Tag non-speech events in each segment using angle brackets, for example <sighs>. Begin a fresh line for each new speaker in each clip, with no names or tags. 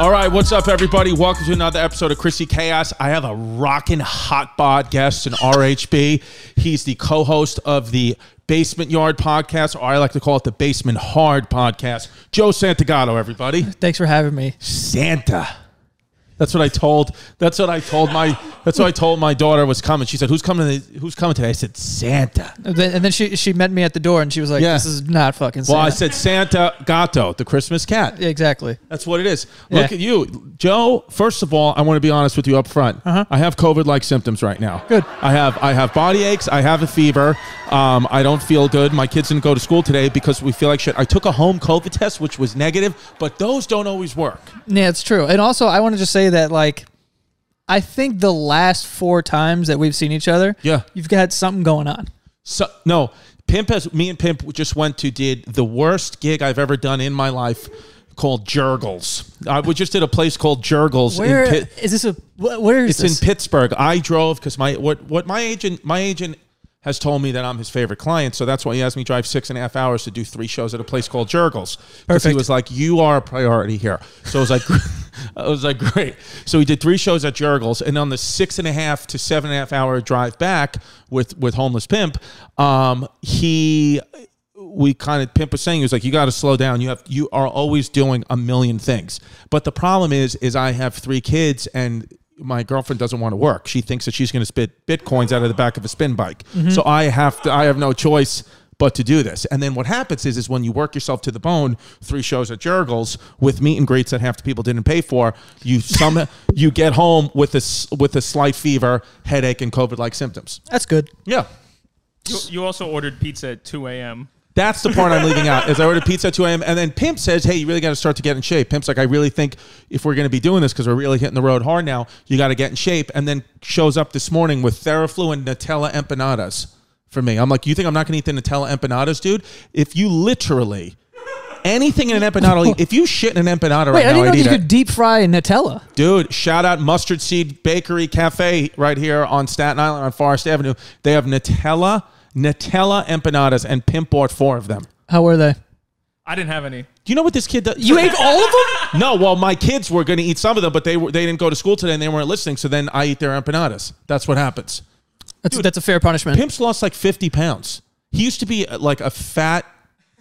All right, what's up, everybody? Welcome to another episode of Chrissy Chaos. I have a rockin' hot bod guest in RHB. He's the co-host of the Basement Yard podcast, or I like to call it the Basement Hard podcast. Joe Santagato, everybody.
Thanks for having me.
Santa. That's what I told. That's what I told my. That's what I told my daughter was coming. She said, "Who's coming? to- Who's coming today?" I said, "Santa."
And then, and then she she met me at the door and she was like,
Yeah.
"This is not fucking."
Well, I
Santa.
said Santa Gato, the Christmas cat.
Yeah, exactly.
That's what it is. Look
Yeah.
at you, Joe. First of all, I want to be honest with you up front. I have COVID-like symptoms right now.
Uh-huh. Good.
I have I have body aches. I have a fever. Um, I don't feel good. My kids didn't go to school today because we feel like shit. I took a home COVID test, which was negative, but those don't always work.
Yeah, it's true. And also, I want to just say that like, I think the last four times that we've seen each other,
Yeah.
you've got something going on.
So no, Pimp has me and Pimp just went to did the worst gig I've ever done in my life. Called Jurgles. I we just did a place called Jurgles.
Where
in
is
Pitt.
this a? wh- Where is
It's
this?
in Pittsburgh. I drove because my what what my agent my agent has told me that I'm his favorite client, so that's why he has me drive six and a half hours to do three shows at a place called Jurgles. Because he
Perfect.
was like, "You are a priority here," so I was like, <laughs> "I was like, great." So he did three shows at Jurgles, and on the six and a half to seven and a half hour drive back with with homeless pimp, um, he we kind of pimp was saying he was like you got to slow down you have you are always doing a million things but the problem is is i have three kids and my girlfriend doesn't want to work she thinks that she's going to spit bitcoins out of the back of a spin bike so i have to i have no choice but to do this and then what happens is is when you work yourself to the bone three shows at jurgles with meet and greets that half the people didn't pay for you some <laughs> you get home with a s- with a slight fever headache and covid like symptoms
That's good.
yeah
You, you also ordered pizza at 2 a.m.
That's the part I'm leaving out. Is I ordered pizza at 2 a.m. and then Pimp says, "Hey, you really got to start to get in shape." Pimp's like, "I really think if we're going to be doing this because we're really hitting the road hard now, you got to get in shape." And then shows up this morning with Theraflu and Nutella empanadas for me. I'm like, "You think I'm not going to eat the Nutella empanadas, dude? If you literally anything in an empanada,
<laughs>
I'll eat. if you shit in an empanada right
Wait, I
now,
didn't know
I'd
you
eat
could
it,
deep fry Nutella.
dude." Shout out Mustard Seed Bakery Cafe right here on Staten Island on Forest Avenue. They have Nutella Nutella empanadas, and Pimp bought four of them.
How were they?
I didn't have any.
Do you know what this kid does?
You
<laughs>
ate all of them?
No, well, my kids were going to eat some of them, but they were they didn't go to school today and they weren't listening. So then I eat their empanadas. That's what happens.
That's that's a fair punishment.
Pimp's lost like fifty pounds. He used to be uh, like a fat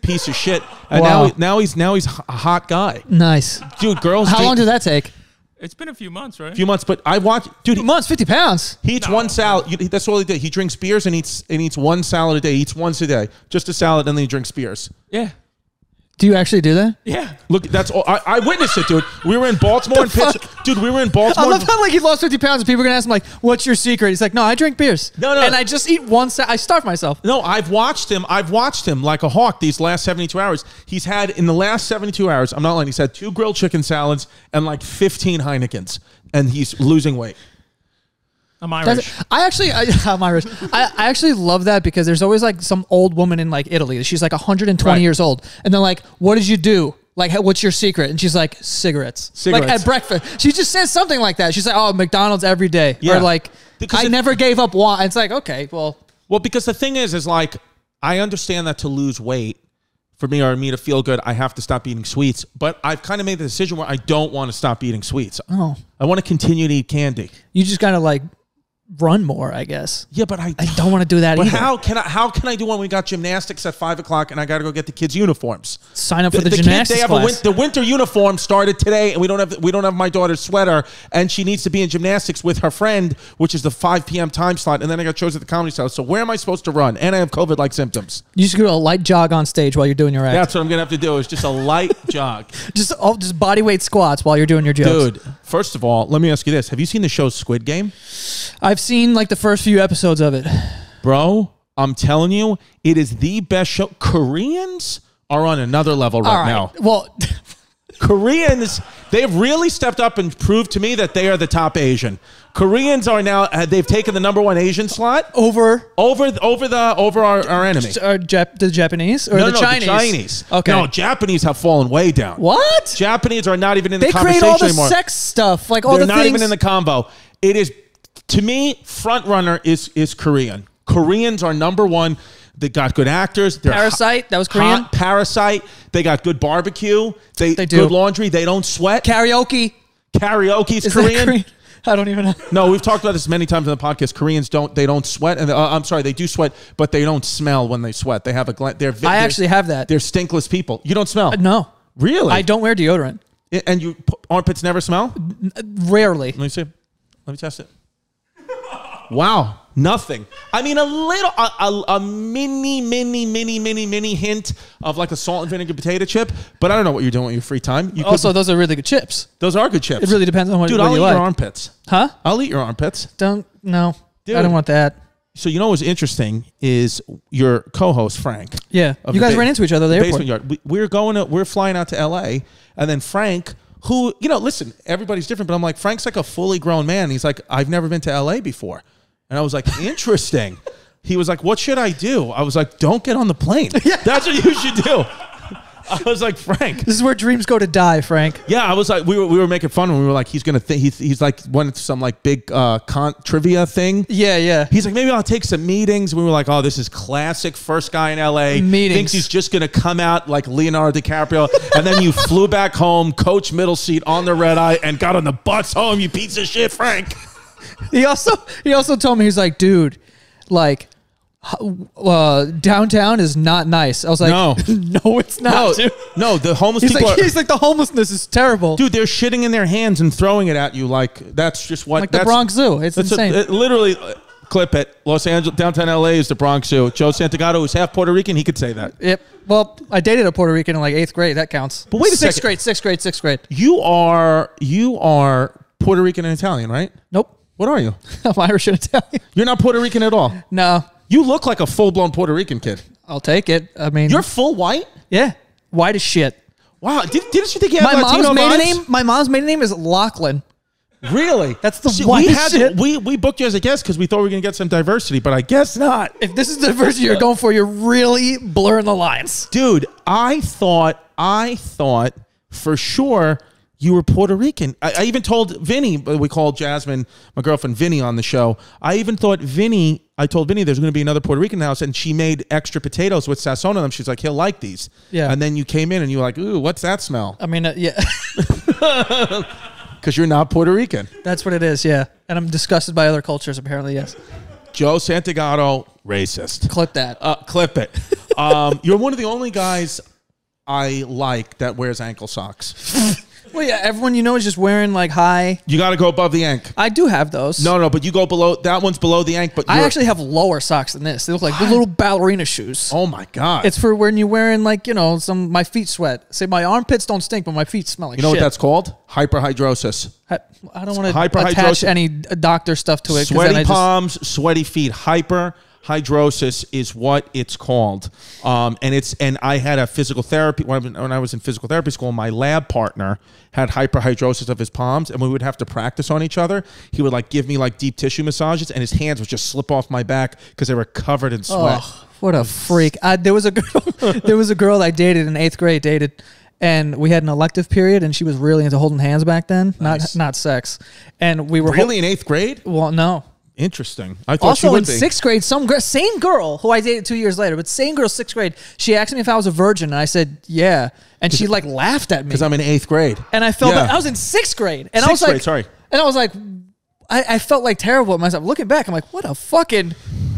piece of shit, and
Wow.
now now he's now he's h- a hot guy,
Nice.
dude. Girls,
How
date-
long did that take?
It's been a few months, right?
Few months, but I watch, dude. He,
Months, fifty pounds.
he eats one salad. You, that's all he did. He drinks beers and eats and eats one salad a day. He eats once a day, just a salad, and then he drinks beers.
yeah.
Do you actually do that?
Yeah.
Look, that's all. I, I witnessed it, dude. We were in Baltimore and Pittsburgh, dude. We were in
I
Baltimore.
love how like he lost fifty pounds and people are gonna ask him like, "What's your secret?" He's like, "No, I drink beers.
No, no.
and I just eat one. Sa- I starve myself.
No, I've watched him. I've watched him like a hawk these last 72 hours. He's had, in the last 72 hours, I'm not lying, he's had two grilled chicken salads and like 15 Heinekens, and he's losing weight.
I'm
That's-
Irish.
I actually, I, <laughs> I'm Irish. I, I actually love that because there's always like some old woman in like Italy. She's like 120
Right.
years old, and they're like, "What did you do? Like, how- what's your secret?" And she's like, "Cigarettes." Like
Cigarettes.
at breakfast, she just says something like that. She's like, "Oh, McDonald's every day,"
Yeah.
or like,
Because
"I
it-
never gave up." One. It's like, okay, well,
Well, because the thing is, is like, I understand that to lose weight, for me or me to feel good, I have to stop eating sweets. But I've kind of made the decision where I don't want to stop eating sweets. Oh. I want to continue to eat candy.
you just gotta like run more, I guess.
Yeah, but I,
I don't want to do that
But
either.
how can I? How can I do when we got gymnastics at five o'clock and I got to go get the kids' uniforms?
Sign up for the,
kid-
gymnastics
they have
class.
A win- the winter uniform started today, and we don't have we don't have my daughter's sweater, and she needs to be in gymnastics with her friend, which is the 5 p.m. time slot. And then I got shows at the comedy house. So where am I supposed to run? And I have COVID like symptoms.
you just do a light jog on stage while you're doing your act.
That's what I'm gonna have to do. Is just a
<laughs>
light jog,
Just all just body weight squats while you're doing your jokes.
dude. First of all, let me ask you this: Have you seen the show Squid Game,
I've seen like the first few episodes of it.
bro? I'm telling you, it is the best show. Koreans are on another level right,
All right.
now.
Well, <laughs>
Koreans, they've really stepped up and proved to me that they are the top Asian. Koreans are now uh, they've taken the number one Asian slot
over
over over the over our, our enemy.
are Jap- the Japanese or
No,
the
no,
Chinese?
the Chinese.
Okay.
No, Japanese have fallen way down.
what?
Japanese are not even in the
they
conversation
create all the
anymore.
sex stuff, like all
They're
the
not
things.
even in the combo. It is to me front runner is is Korean. Koreans are number one. They got good actors. They're
Parasite, that was
hot-
Korean.
Parasite. They got good barbecue. They,
They do.
good laundry. They don't sweat.
karaoke.
Karaoke's
Is
Korean.
That Korean? <laughs> I don't even know.
No, we've talked about this many times in the podcast. Koreans don't they don't sweat, and uh, I'm sorry, they do sweat, but they don't smell when they sweat. They have a glen- they're.
I
they're-
actually have that. Uh,
They're stinkless people. You don't smell.
No,
Really?
I don't wear deodorant.
And you armpits never smell. Let
Rarely.
me see. Let me test it. Wow. Nothing. I mean, a little, a, a, a mini, mini, mini, mini, mini hint of like a salt and vinegar potato chip. But I don't know what you're doing with your free time. You could-
Also, those are really good chips.
those are good chips.
It really depends on what,
Dude,
what
I'll
you
eat
like.
your armpits.
Huh?
I'll eat your armpits.
Don't. No. I
Dude.
don't want that.
So you know what's interesting is your co-host Frank.
Yeah.
of
You
the
guys
ba-
ran into each other at the airport.
basement yard. We, we're going. To, we're flying out to L.A. and then Frank, who you know, listen, everybody's different, but I'm like Frank's like a fully grown man. He's like, I've never been to L.A. before, and I was like, <laughs> interesting. he was like, What should I do? I was like, Don't get on the <laughs> plane. That's what you should do. <laughs> I was like, Frank.
This is where dreams go to die, Frank.
Yeah, I was like, we were, we were making fun when we were like, he's gonna think he's, he's like one some like big uh, con- trivia thing.
Yeah, yeah.
He's like, maybe I'll take some meetings. We were like, oh, this is classic first guy in LA.
Meetings.
Thinks he's just going to come out like Leonardo DiCaprio. and then you flew back home, coach middle seat on the red eye, and got on the bus home, you piece of shit, Frank.
He also he also told me he's like, dude, like h- uh, downtown is not nice. I was like,
No.
<laughs> <laughs> no, it's
No, <laughs>
not. dude.
no, the homeless
He's
people
like,
are.
he's like the homelessness is terrible.
Dude, they're shitting in their hands and throwing it at you like that's just what
Like the
that's-
Bronx Zoo. It's
that's a-
insane.
it- literally, uh, clip it. Los Angeles, downtown LA is the Bronx Zoo. Joe Santagato is half Puerto Rican. He could say that.
Yep. Well, I dated a Puerto Rican in like eighth grade. That counts. But
wait a
sixth
second.
grade, sixth grade, sixth grade.
You are you are Puerto Rican and Italian, right?
Nope. <laughs>
What are you?
I'm Irish and Italian.
You're not Puerto Rican at all.
No,
You look like a full blown Puerto Rican kid.
I'll take it. I mean,
You're full white.
yeah, white as shit.
Wow. Did, didn't you think you had
My
Latino
mom's maiden
vibes?
name. My mom's maiden name is Lachlan.
Really?
That's the
we
whitest shit.
we we booked you as a guest because we thought we were gonna get some diversity, but I guess not.
If this is the version
Uh,
you're going for, you're really blurring the lines.
Dude, I thought I thought for sure you were Puerto Rican. I, I even told Vinny, but we called Jasmine, my girlfriend Vinny on the show. I even thought Vinny, I told Vinny there's going to be another Puerto Rican house and she made extra potatoes with sazon on them. She's like, "He'll like these."
Yeah.
And then you came in and you were like, "Ooh, what's that smell?"
I mean, uh, yeah, <laughs>
Cuz you're not Puerto Rican.
that's what it is. Yeah, and I'm disgusted by other cultures. Apparently, yes.
Joe Santagato, racist.
Clip that.
Uh, clip it. <laughs> Um, you're one of the only guys I like that wears ankle socks.
well, yeah, everyone you know is just wearing like high.
You got to go above the ank.
I do have those.
No, no, but you go below. That one's below the ank. But
I
you're-
actually have lower socks than this. They look like little ballerina shoes.
oh my god,
It's for when you're wearing like you know some my feet sweat. Say my armpits don't stink, but my feet smell like
you know
shit.
what that's called? Hyperhidrosis.
that's. I, I don't want to
hyperhydrosis.
attach any d- doctor stuff to it. 'cause then I
Sweaty
just-
palms, sweaty feet. Hyperhidrosis is what it's called, um, and it's and I had a physical therapy when I was- when I was in physical therapy school. My lab partner had hyperhidrosis of his palms, and we would have to practice on each other. He would like give me like deep tissue massages, and his hands would just slip off my back because they were covered in sweat.
Oh, what a freak! I, there was a girl, <laughs> there was a girl I dated in eighth grade. Dated, and we had an elective period, and she was really into holding hands back then. Not not sex, and we were hol-
Really, in eighth grade?
well, no.
Interesting. I thought you
Also
would
in
be.
sixth grade, some girl, same girl who I dated two years later, but same girl, sixth grade. She asked me if I was a virgin, and I said yeah, and she like laughed at me.
because I'm in eighth grade.
and I felt
Yeah.
like I was in sixth grade, and I
Sixth
was like,
grade, sorry.
and I was like, I, I felt like terrible at myself. Looking back, I'm like, what a fucking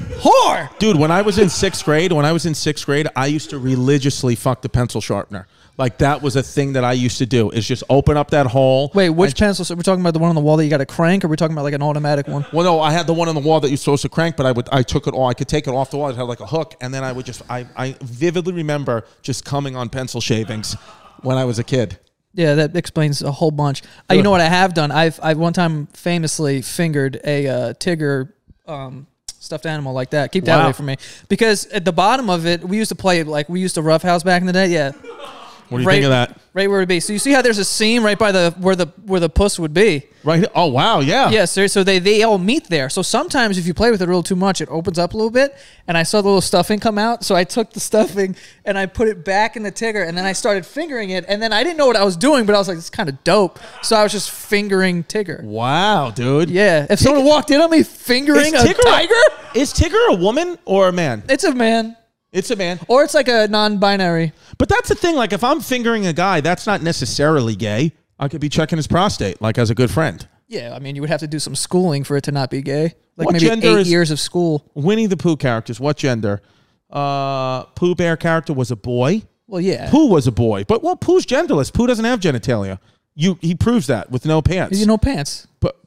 whore.
Dude, when I was in sixth grade, when I was in sixth grade, I used to religiously fuck the pencil sharpener. Like that was a thing that I used to do. Is just open up that hole.
Wait, which pencil? So we're talking about the one on the wall that you got to crank, or we're talking about like an automatic one?
Well, no, I had the one on the wall that you're supposed to crank, but I would I took it all. I could take it off the wall. It had like a hook, and then I would just I I vividly remember just coming on pencil shavings when I was a kid.
Yeah, that explains a whole bunch. Uh, you know what I have done? I've I one time famously fingered a uh, Tigger um, stuffed animal like that. Keep that
Wow.
away from me because at the bottom of it, we used to play like we used to roughhouse back in the day. Yeah,
What do you
right,
think of that?
Right where it would be. So you see how there's a seam right by the where the where the puss would be.
Right. Oh wow. Yeah.
Yeah, sir. So they they all meet there. So sometimes if you play with it a little too much, it opens up a little bit. And I saw the little stuffing come out, so I took the stuffing and I put it back in the tigger, and then I started fingering it, and then I didn't know what I was doing, but I was like, "It's kind of dope." So I was just fingering tigger.
Wow, dude.
Yeah. If someone walked in on me fingering a tiger,
Is Tigger a woman or a man?
it's a man,
It's a man.
or it's like a non-binary.
But that's the thing. Like, if I'm fingering a guy, that's not necessarily gay. I could be checking his prostate, like as a good friend.
Yeah, I mean, you would have to do some schooling for it to not be gay, like
What
maybe
gender
eight
is-
years of school.
Winnie the Pooh characters. What gender? Uh, Pooh Bear character was a boy.
Well, yeah.
Pooh was a boy, but well, Pooh's genderless. Pooh doesn't have genitalia. You he proves that with no pants.
You know, pants.
but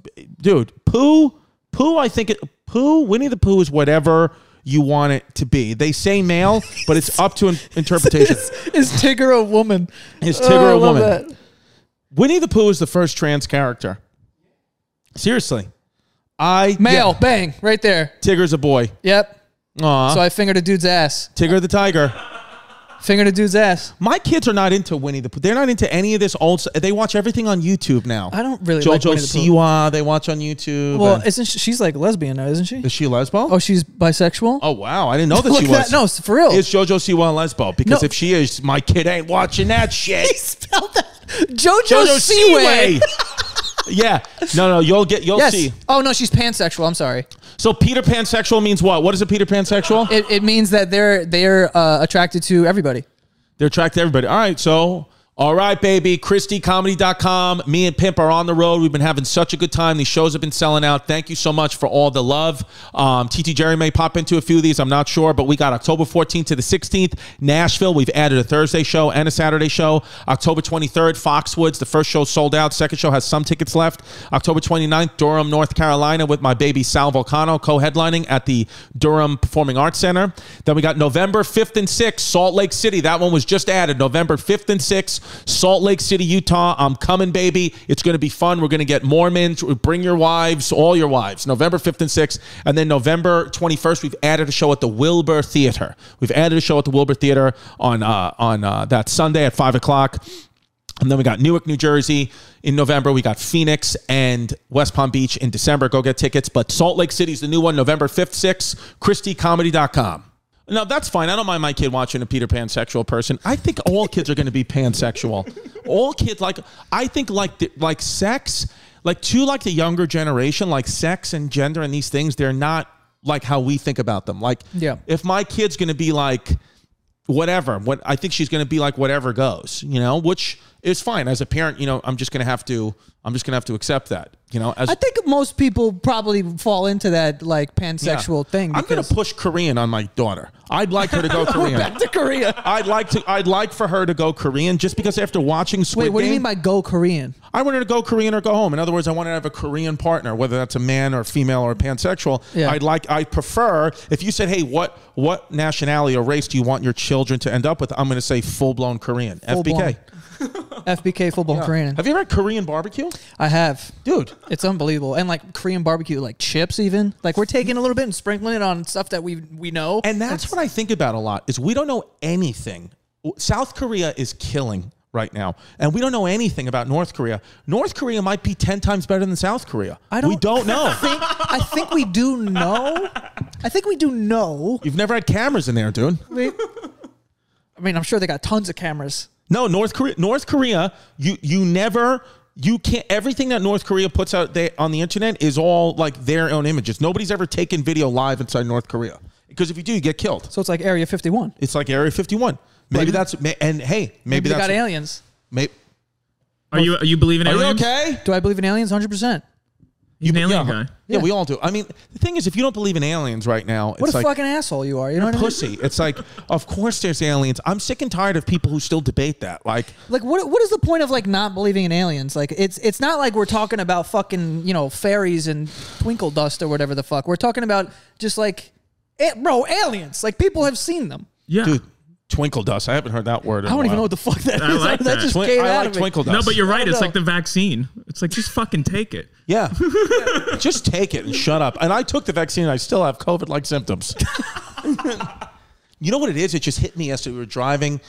dude, Pooh, Pooh, I think it, Pooh, Winnie the Pooh is whatever you want it to be. They say male, but it's up
<laughs>
to in- interpretation.
Is, is Tigger a woman?
Is
Oh,
Tigger
I
a
love
woman?
that.
Winnie the Pooh is the first trans character. Seriously, I
Male,
yeah,
bang, right there.
Tigger's a boy.
Yep.
Aw,
So I fingered a dude's ass.
Tigger the tiger.
Fingered a dude's ass.
My kids are not into Winnie the Pooh. They're not into any of this old. s- They watch everything on YouTube now.
I don't really like
JoJo
Winnie the Pooh.
Siwa. They watch on YouTube.
Well,
and-
isn't she, she's like lesbian now, isn't she?
is she a lesbo?
Oh, she's bisexual.
Oh wow, I didn't know that
Look
she
that-
was.
no, it's for real.
Is JoJo Siwa a lesbo? Because
No.
if she is, my kid ain't watching
<laughs>
that shit.
spelled that. JoJo,
JoJo
Siway.
Siwa.
<laughs>
yeah. No, no, you'll get you'll
Yes.
see.
Oh no, she's pansexual. I'm sorry.
So Peter Pansexual means what? What is a Peter Pansexual?
It, it means that they're they're uh, attracted to everybody.
They're attracted to everybody. All right, so all right, baby. ChristyComedy.com. Me and Pimp are on the road. We've been having such a good time. These shows have been selling out. Thank you so much for all the love. Um, TT Jerry may pop into a few of these. I'm not sure, but we got October 14th to the 16th, Nashville. We've added a Thursday show and a Saturday show. October 23rd, Foxwoods. The first show sold out. Second show has some tickets left. October 29th, Durham, North Carolina, with my baby Sal Volcano co-headlining at the Durham Performing Arts Center. Then we got November 5th and 6th, Salt Lake City. That one was just added. November 5th and 6th, Salt Lake City, Utah. I'm coming, baby. It's going to be fun. We're going to get Mormons. Bring your wives, all your wives. November 5th and 6th. And then November 21st, we've added a show at the Wilbur Theater. We've added a show at the Wilbur Theater on, uh, on uh, that Sunday at 5 o'clock. And then we got Newark, New Jersey in November. We got Phoenix and West Palm Beach in December. Go get tickets. But Salt Lake City's the new one, November 5th, 6th, ChristyComedy.com. No, that's fine. I don't mind my kid watching a Peter Pan sexual person. I think all kids are going to be pansexual. All kids like I think like the, like sex, like to like the younger generation, like sex and gender and these things, they're not like how we think about them. Like
Yeah.
if my kid's going to be like whatever. What I think she's going to be like whatever goes, you know, which is fine as a parent, you know, I'm just going to have to I'm just going to have to accept that, you know, as
I think most people probably fall into that like
yeah.
pansexual thing.
I'm going
because-
to push Korean on my daughter. I'd like her to
<laughs>
go Korean.
back to Korea.
I'd like to I'd like for her to go Korean just because after watching Squid
Wait, what do you
Game-
mean by
<laughs>
go Korean?
I want her to go Korean or go home. In other words, I want her to have a Korean partner, whether that's a man or a female or a pansexual.
Yeah.
I'd like, I prefer if you said, "Hey, what what nationality or race do you want your children to end up with?" I'm going to say full blown Korean, FBK.
FBK football Korean.
Have you ever had Korean barbecue,
I have.
dude?
It's unbelievable. And like Korean barbecue, like chips even. Like we're taking a little bit and sprinkling it on stuff that we we know.
And that's what I think about a lot is we don't know anything. W- South Korea is killing right now, and we don't know anything about North Korea. North Korea might be ten times better than South Korea.
I don't
we
<laughs>
don't know.
think I think we do know. I think we do know.
You've never had cameras in there, dude.
I mean, I'm sure they got tons of cameras.
No, North Korea. North Korea. You you never. You can't. Everything that North Korea puts out there on the internet is all like their own images. Nobody's ever taken video live inside North Korea because if you do, you get killed.
So it's like Area 51.
It's like Area 51. Maybe
Right.
that's may- and hey, maybe,
Maybe they
that's
got aliens.
may-
Are you are you believing
Are you
aliens?
okay?
Do I believe in aliens? 100%.
He's an alien
yeah,
guy.
yeah, we all do. I mean, the thing is, if you don't believe in aliens right now,
What
it's
a
like
fucking asshole you are. You know what I mean?
pussy. It's like, of course there's aliens. I'm sick and tired of people who still debate that. Like,
Like what what is the point of like not believing in aliens? Like it's it's not like we're talking about fucking, you know, fairies and twinkle dust or whatever the fuck. We're talking about just like eh, bro, aliens. Like people have seen them.
Yeah.
dude, Twinkle dust. I haven't heard that word. In
I
a
don't even
while.
know what the fuck that is.
I like
that
that.
just
Twin-
came
I
out
like
of me.
twinkle dust.
No, but you're right.
don't
It's
know.
like the vaccine. It's like just fucking take it.
Yeah. <laughs> Just take it and shut up. And I took the vaccine and I still have COVID like symptoms. you know what it is? It just hit me yesterday. We were driving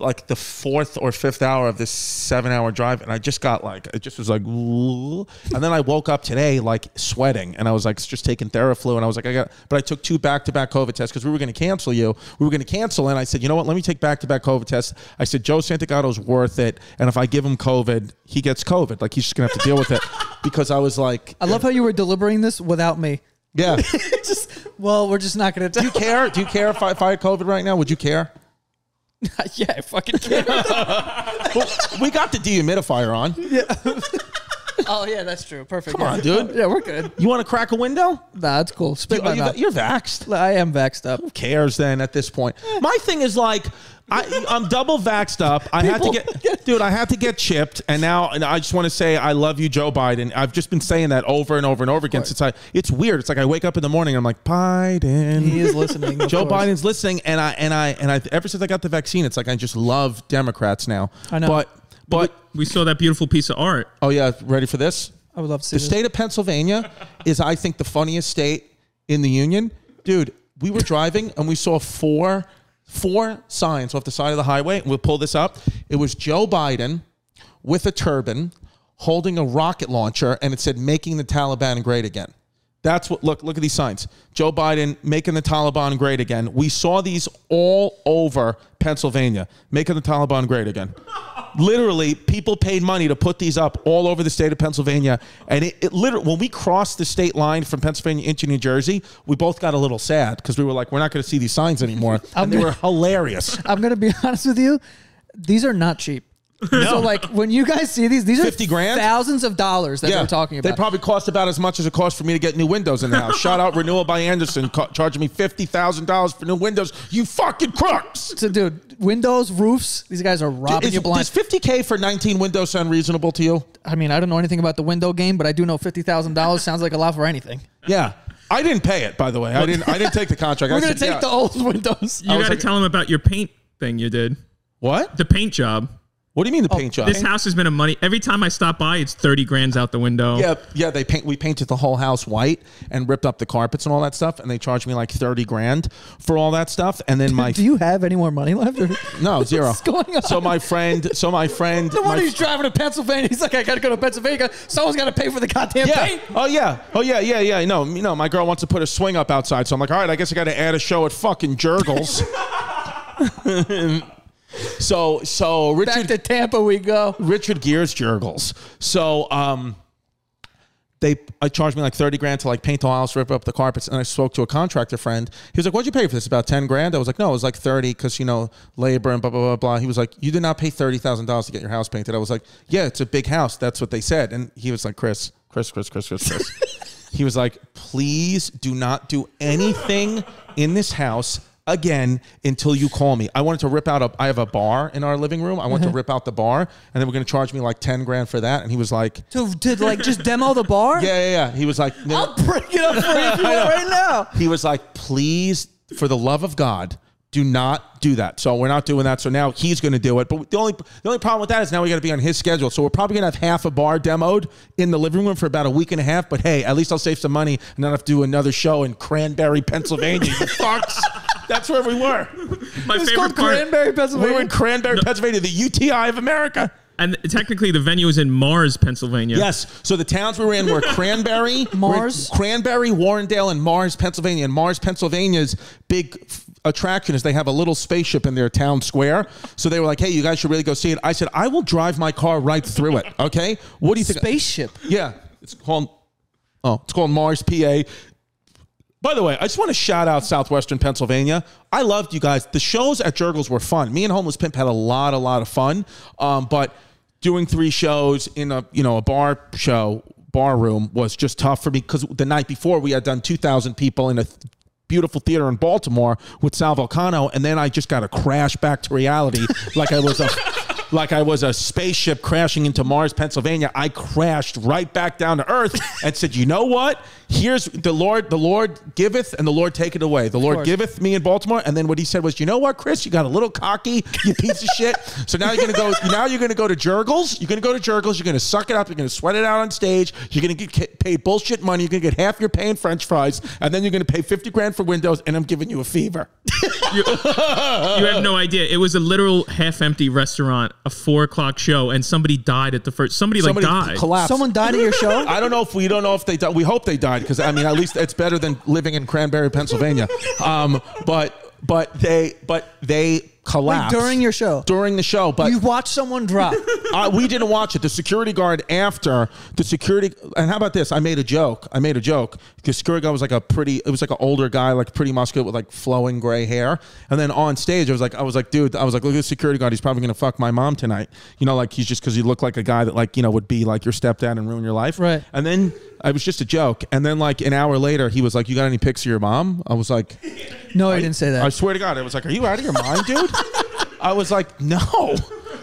like the fourth or fifth hour of this seven hour drive and I just got like it just was like "Ooh." and then I woke up today like sweating and I was like just taking Theraflu and I was like I got but I took two back to back COVID tests because we were gonna cancel you. We were gonna cancel and I said, you know what, let me take back to back COVID tests. I said Joe Santagato's worth it and if I give him COVID, he gets COVID. Like he's just gonna have to deal with it. Because I was like
I love how you were delivering this without me. <laughs>
yeah. Do
just well, we're just not gonna
<laughs>
do.
you care? Do you care if I, if I had COVID right now? Would you care?
yeah, I fucking care.
Well, we got the dehumidifier on.
<laughs> oh yeah, that's true. Perfect.
Come on, dude.
Yeah, we're good.
You want to crack a window?
Nah, it's cool. Spit
Are
my
you,
mouth.
you're vaxxed.
I am vaxxed up.
Who cares then at this point? My thing is like, I, I'm double vaxxed up. I have to get, dude, I have to get chipped. And now and I just want to say, I love you, Joe Biden. I've just been saying that over and over and over again since I, it's weird. It's like I wake up in the morning and I'm like, Biden.
He is listening. of
Joe
course.
Biden's listening, and I and I and I. Ever since I got the vaccine, it's like I just love Democrats now.
I know.
but but
We saw that beautiful piece of art.
oh yeah, ready for this?
I would love to see
The
this.
state of Pennsylvania is, I think, the funniest state in the union. Dude, we were driving and we saw four four signs off the side of the highway. We'll pull this up. It was Joe Biden with a turban holding a rocket launcher, and it said "Making the Taliban Great Again." That's what look look at these signs. Joe Biden making the Taliban great again. We saw these all over Pennsylvania, making the Taliban great again. Literally, people paid money to put these up all over the state of Pennsylvania, and it, it literally when we crossed the state line from Pennsylvania into New Jersey, we both got a little sad because we were like, we're not going to see these signs
<laughs>
anymore, and they were hilarious.
I'm gonna be <laughs> honest with you. These are
<laughs>
not cheap. So like when you guys see these, these are
50 grand?
thousands of dollars that we're talking about.
They probably cost about as much as it cost for me to get new windows in the house. Shout out Renewal by Anderson, ca- charging me fifty thousand dollars for new windows. You fucking crooks!
so dude, windows, roofs. These guys are robbing
Is,
you blind.
does fifty k for nineteen windows sound reasonable to you?
I mean, I don't know anything about the window game, but I do know fifty thousand dollars sounds like a lot for anything.
Yeah, I didn't pay it. By the way, I didn't. I didn't take the contract.
We're
I
gonna
said,
take
yeah.
the old windows.
You got to
like-
tell them about your paint thing you did.
what?
The paint job.
What do you mean the
Oh,
paint job?
This house has been a money. Every time I stop by, it's thirty grand's out the window.
Yeah, yeah. They paint. We painted the whole house white and ripped up the carpets and all that stuff. And they charged me like thirty grand for all that stuff. And then
<laughs>
my
Do you have any more money left? <laughs> Or-
no zero.
What's going on?
So my friend. So my friend.
No wonder
my
he's driving to Pennsylvania. He's like, I gotta go to Pennsylvania. Someone's gotta pay for the goddamn
Yeah.
paint.
Oh yeah. Oh yeah. Yeah. Yeah. No. You know, my girl wants to put a swing up outside, so I'm like, all right, I guess I got to add a show at fucking Jurgles.
<laughs>
<laughs> so so
Back
Richard
to Tampa we go.
Richard Gere's Jurgles. So um, they I charged me like thirty grand to like paint the house, rip up the carpets, and I spoke to a contractor friend. He was like, "What'd you pay for this? About ten grand?" I was like, "No, it was like thirty because you know labor and blah blah blah blah." He was like, "You did not pay thirty thousand dollars to get your house painted." I was like, "Yeah, it's a big house. That's what they said." And he was like, "Chris, Chris, Chris, Chris, Chris, Chris." he was like, "Please do not do anything in this house." Again, until you call me. I wanted to rip out a. I have a bar in our living room. I want to rip out the bar, and they were going to charge me like ten grand for that. And he was like,
To, to like just demo the bar? <laughs>
"Yeah, yeah, yeah." He was like, "No,
I'll break it <laughs> up for you if you want right now.
he was like, please, for the love of God, do not do that. So we're not doing that. So now he's going to do it. But the only the only problem with that is now we got to be on his schedule. So we're probably going to have half a bar demoed in the living room for about a week and a half. But hey, at least I'll save some money and not have to do another show in Cranberry, Pennsylvania. <laughs> You fucks. That's where we were.
My
It's
favorite
called
part.
Cranberry,
We
Pennsylvania.
were in Cranberry, Pennsylvania, the UTI of America.
And technically, the venue is in Mars, Pennsylvania.
Yes. So the towns we were in were Cranberry,
Mars.
were Cranberry, Warrendale, and Mars, Pennsylvania. And Mars, Pennsylvania's big f- attraction is they have a little spaceship in their town square. So they were like, "Hey, you guys should really go see it." I said, "I will drive my car right through it." Okay. What do you think?
Spaceship.
Yeah, it's called. Oh, it's called Mars, PA. By the way, I just want to shout out Southwestern Pennsylvania. I loved you guys. The shows at Jurgles were fun. Me and Homeless Pimp had a lot, a lot of fun. Um, but doing three shows in a you know a bar show bar room was just tough for me because the night before we had done two thousand people in a th- beautiful theater in Baltimore with Sal Volcano, and then I just got a crash back to reality like I was a. like I was a spaceship crashing into Mars, Pennsylvania. I crashed right back down to Earth and said, "You know what? Here's the Lord. The Lord giveth, and the Lord taketh away. The Lord
course.
giveth me in Baltimore." And then what he said was, "You know what, Chris? You got a little cocky, you piece of shit. So now you're gonna go. Now you're gonna go to Jurgles. You're gonna go to Jurgles. You're gonna suck it up. You're gonna sweat it out on stage. You're gonna get ca- paid bullshit money. You're gonna get half your pay in French fries, and then you're gonna pay fifty grand for windows. And I'm giving you a fever."
You have no idea. It was a literal half-empty restaurant, a four o'clock show, and somebody died at the first. Somebody, like died.
collapsed.
Someone died at <laughs> your show?
I don't know if we don't know if they died. We hope they died because I mean, at least it's better than living in Cranberry, Pennsylvania. Um, but but they but they collapsed
Wait, during your show?
During the show, but
you watched someone <laughs> drop.
uh, we didn't watch it. The security guard after the security, and how about this? I made a joke. I made a joke. The security guard was like a pretty. It was like an older guy, like pretty muscular with like flowing gray hair. And then on stage, I was like, I was like, dude, I was like, look at the security guard. He's probably gonna fuck my mom tonight. You know, like he's just because he looked like a guy that like you know would be like your stepdad and ruin your life.
Right.
And then I was just a joke. And then like an hour later, he was like, you got any pics of your mom? I was like.
No, I didn't say
I
that.
swear to God, I was like, "Are you out of your mind, <laughs> dude?" I was like, "No."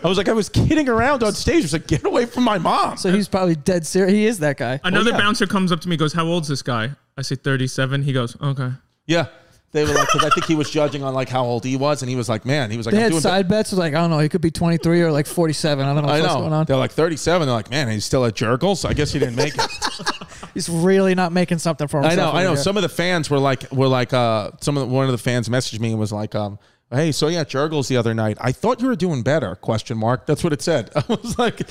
I was like, I was kidding around on stage. I was like, "Get away from my mom."
So he's probably dead serious. He is that guy.
Another
yeah.
bouncer comes up to me, goes, "How old's this guy?" I say, "37." He goes, "Okay."
yeah, they were like, because I think he was judging on like how old he was, and he was like, "Man," he was like,
They
"I'm
had
doing."
side bets. Like, I don't know. He could be 23 or like 47. I don't know
I
what's going
know.
on.
They're like 37. They're like, "Man, he's still at Jerkles." I guess he didn't make
<laughs>
it.
He's really not making something for
I
himself.
know, I
over
know.
here.
Some of the fans were like, were like, uh, some of the, one of the fans messaged me and was like, um, hey, so yeah, Jurgles the other night. I thought you were doing better? Question mark. That's what it said. <laughs> I was like,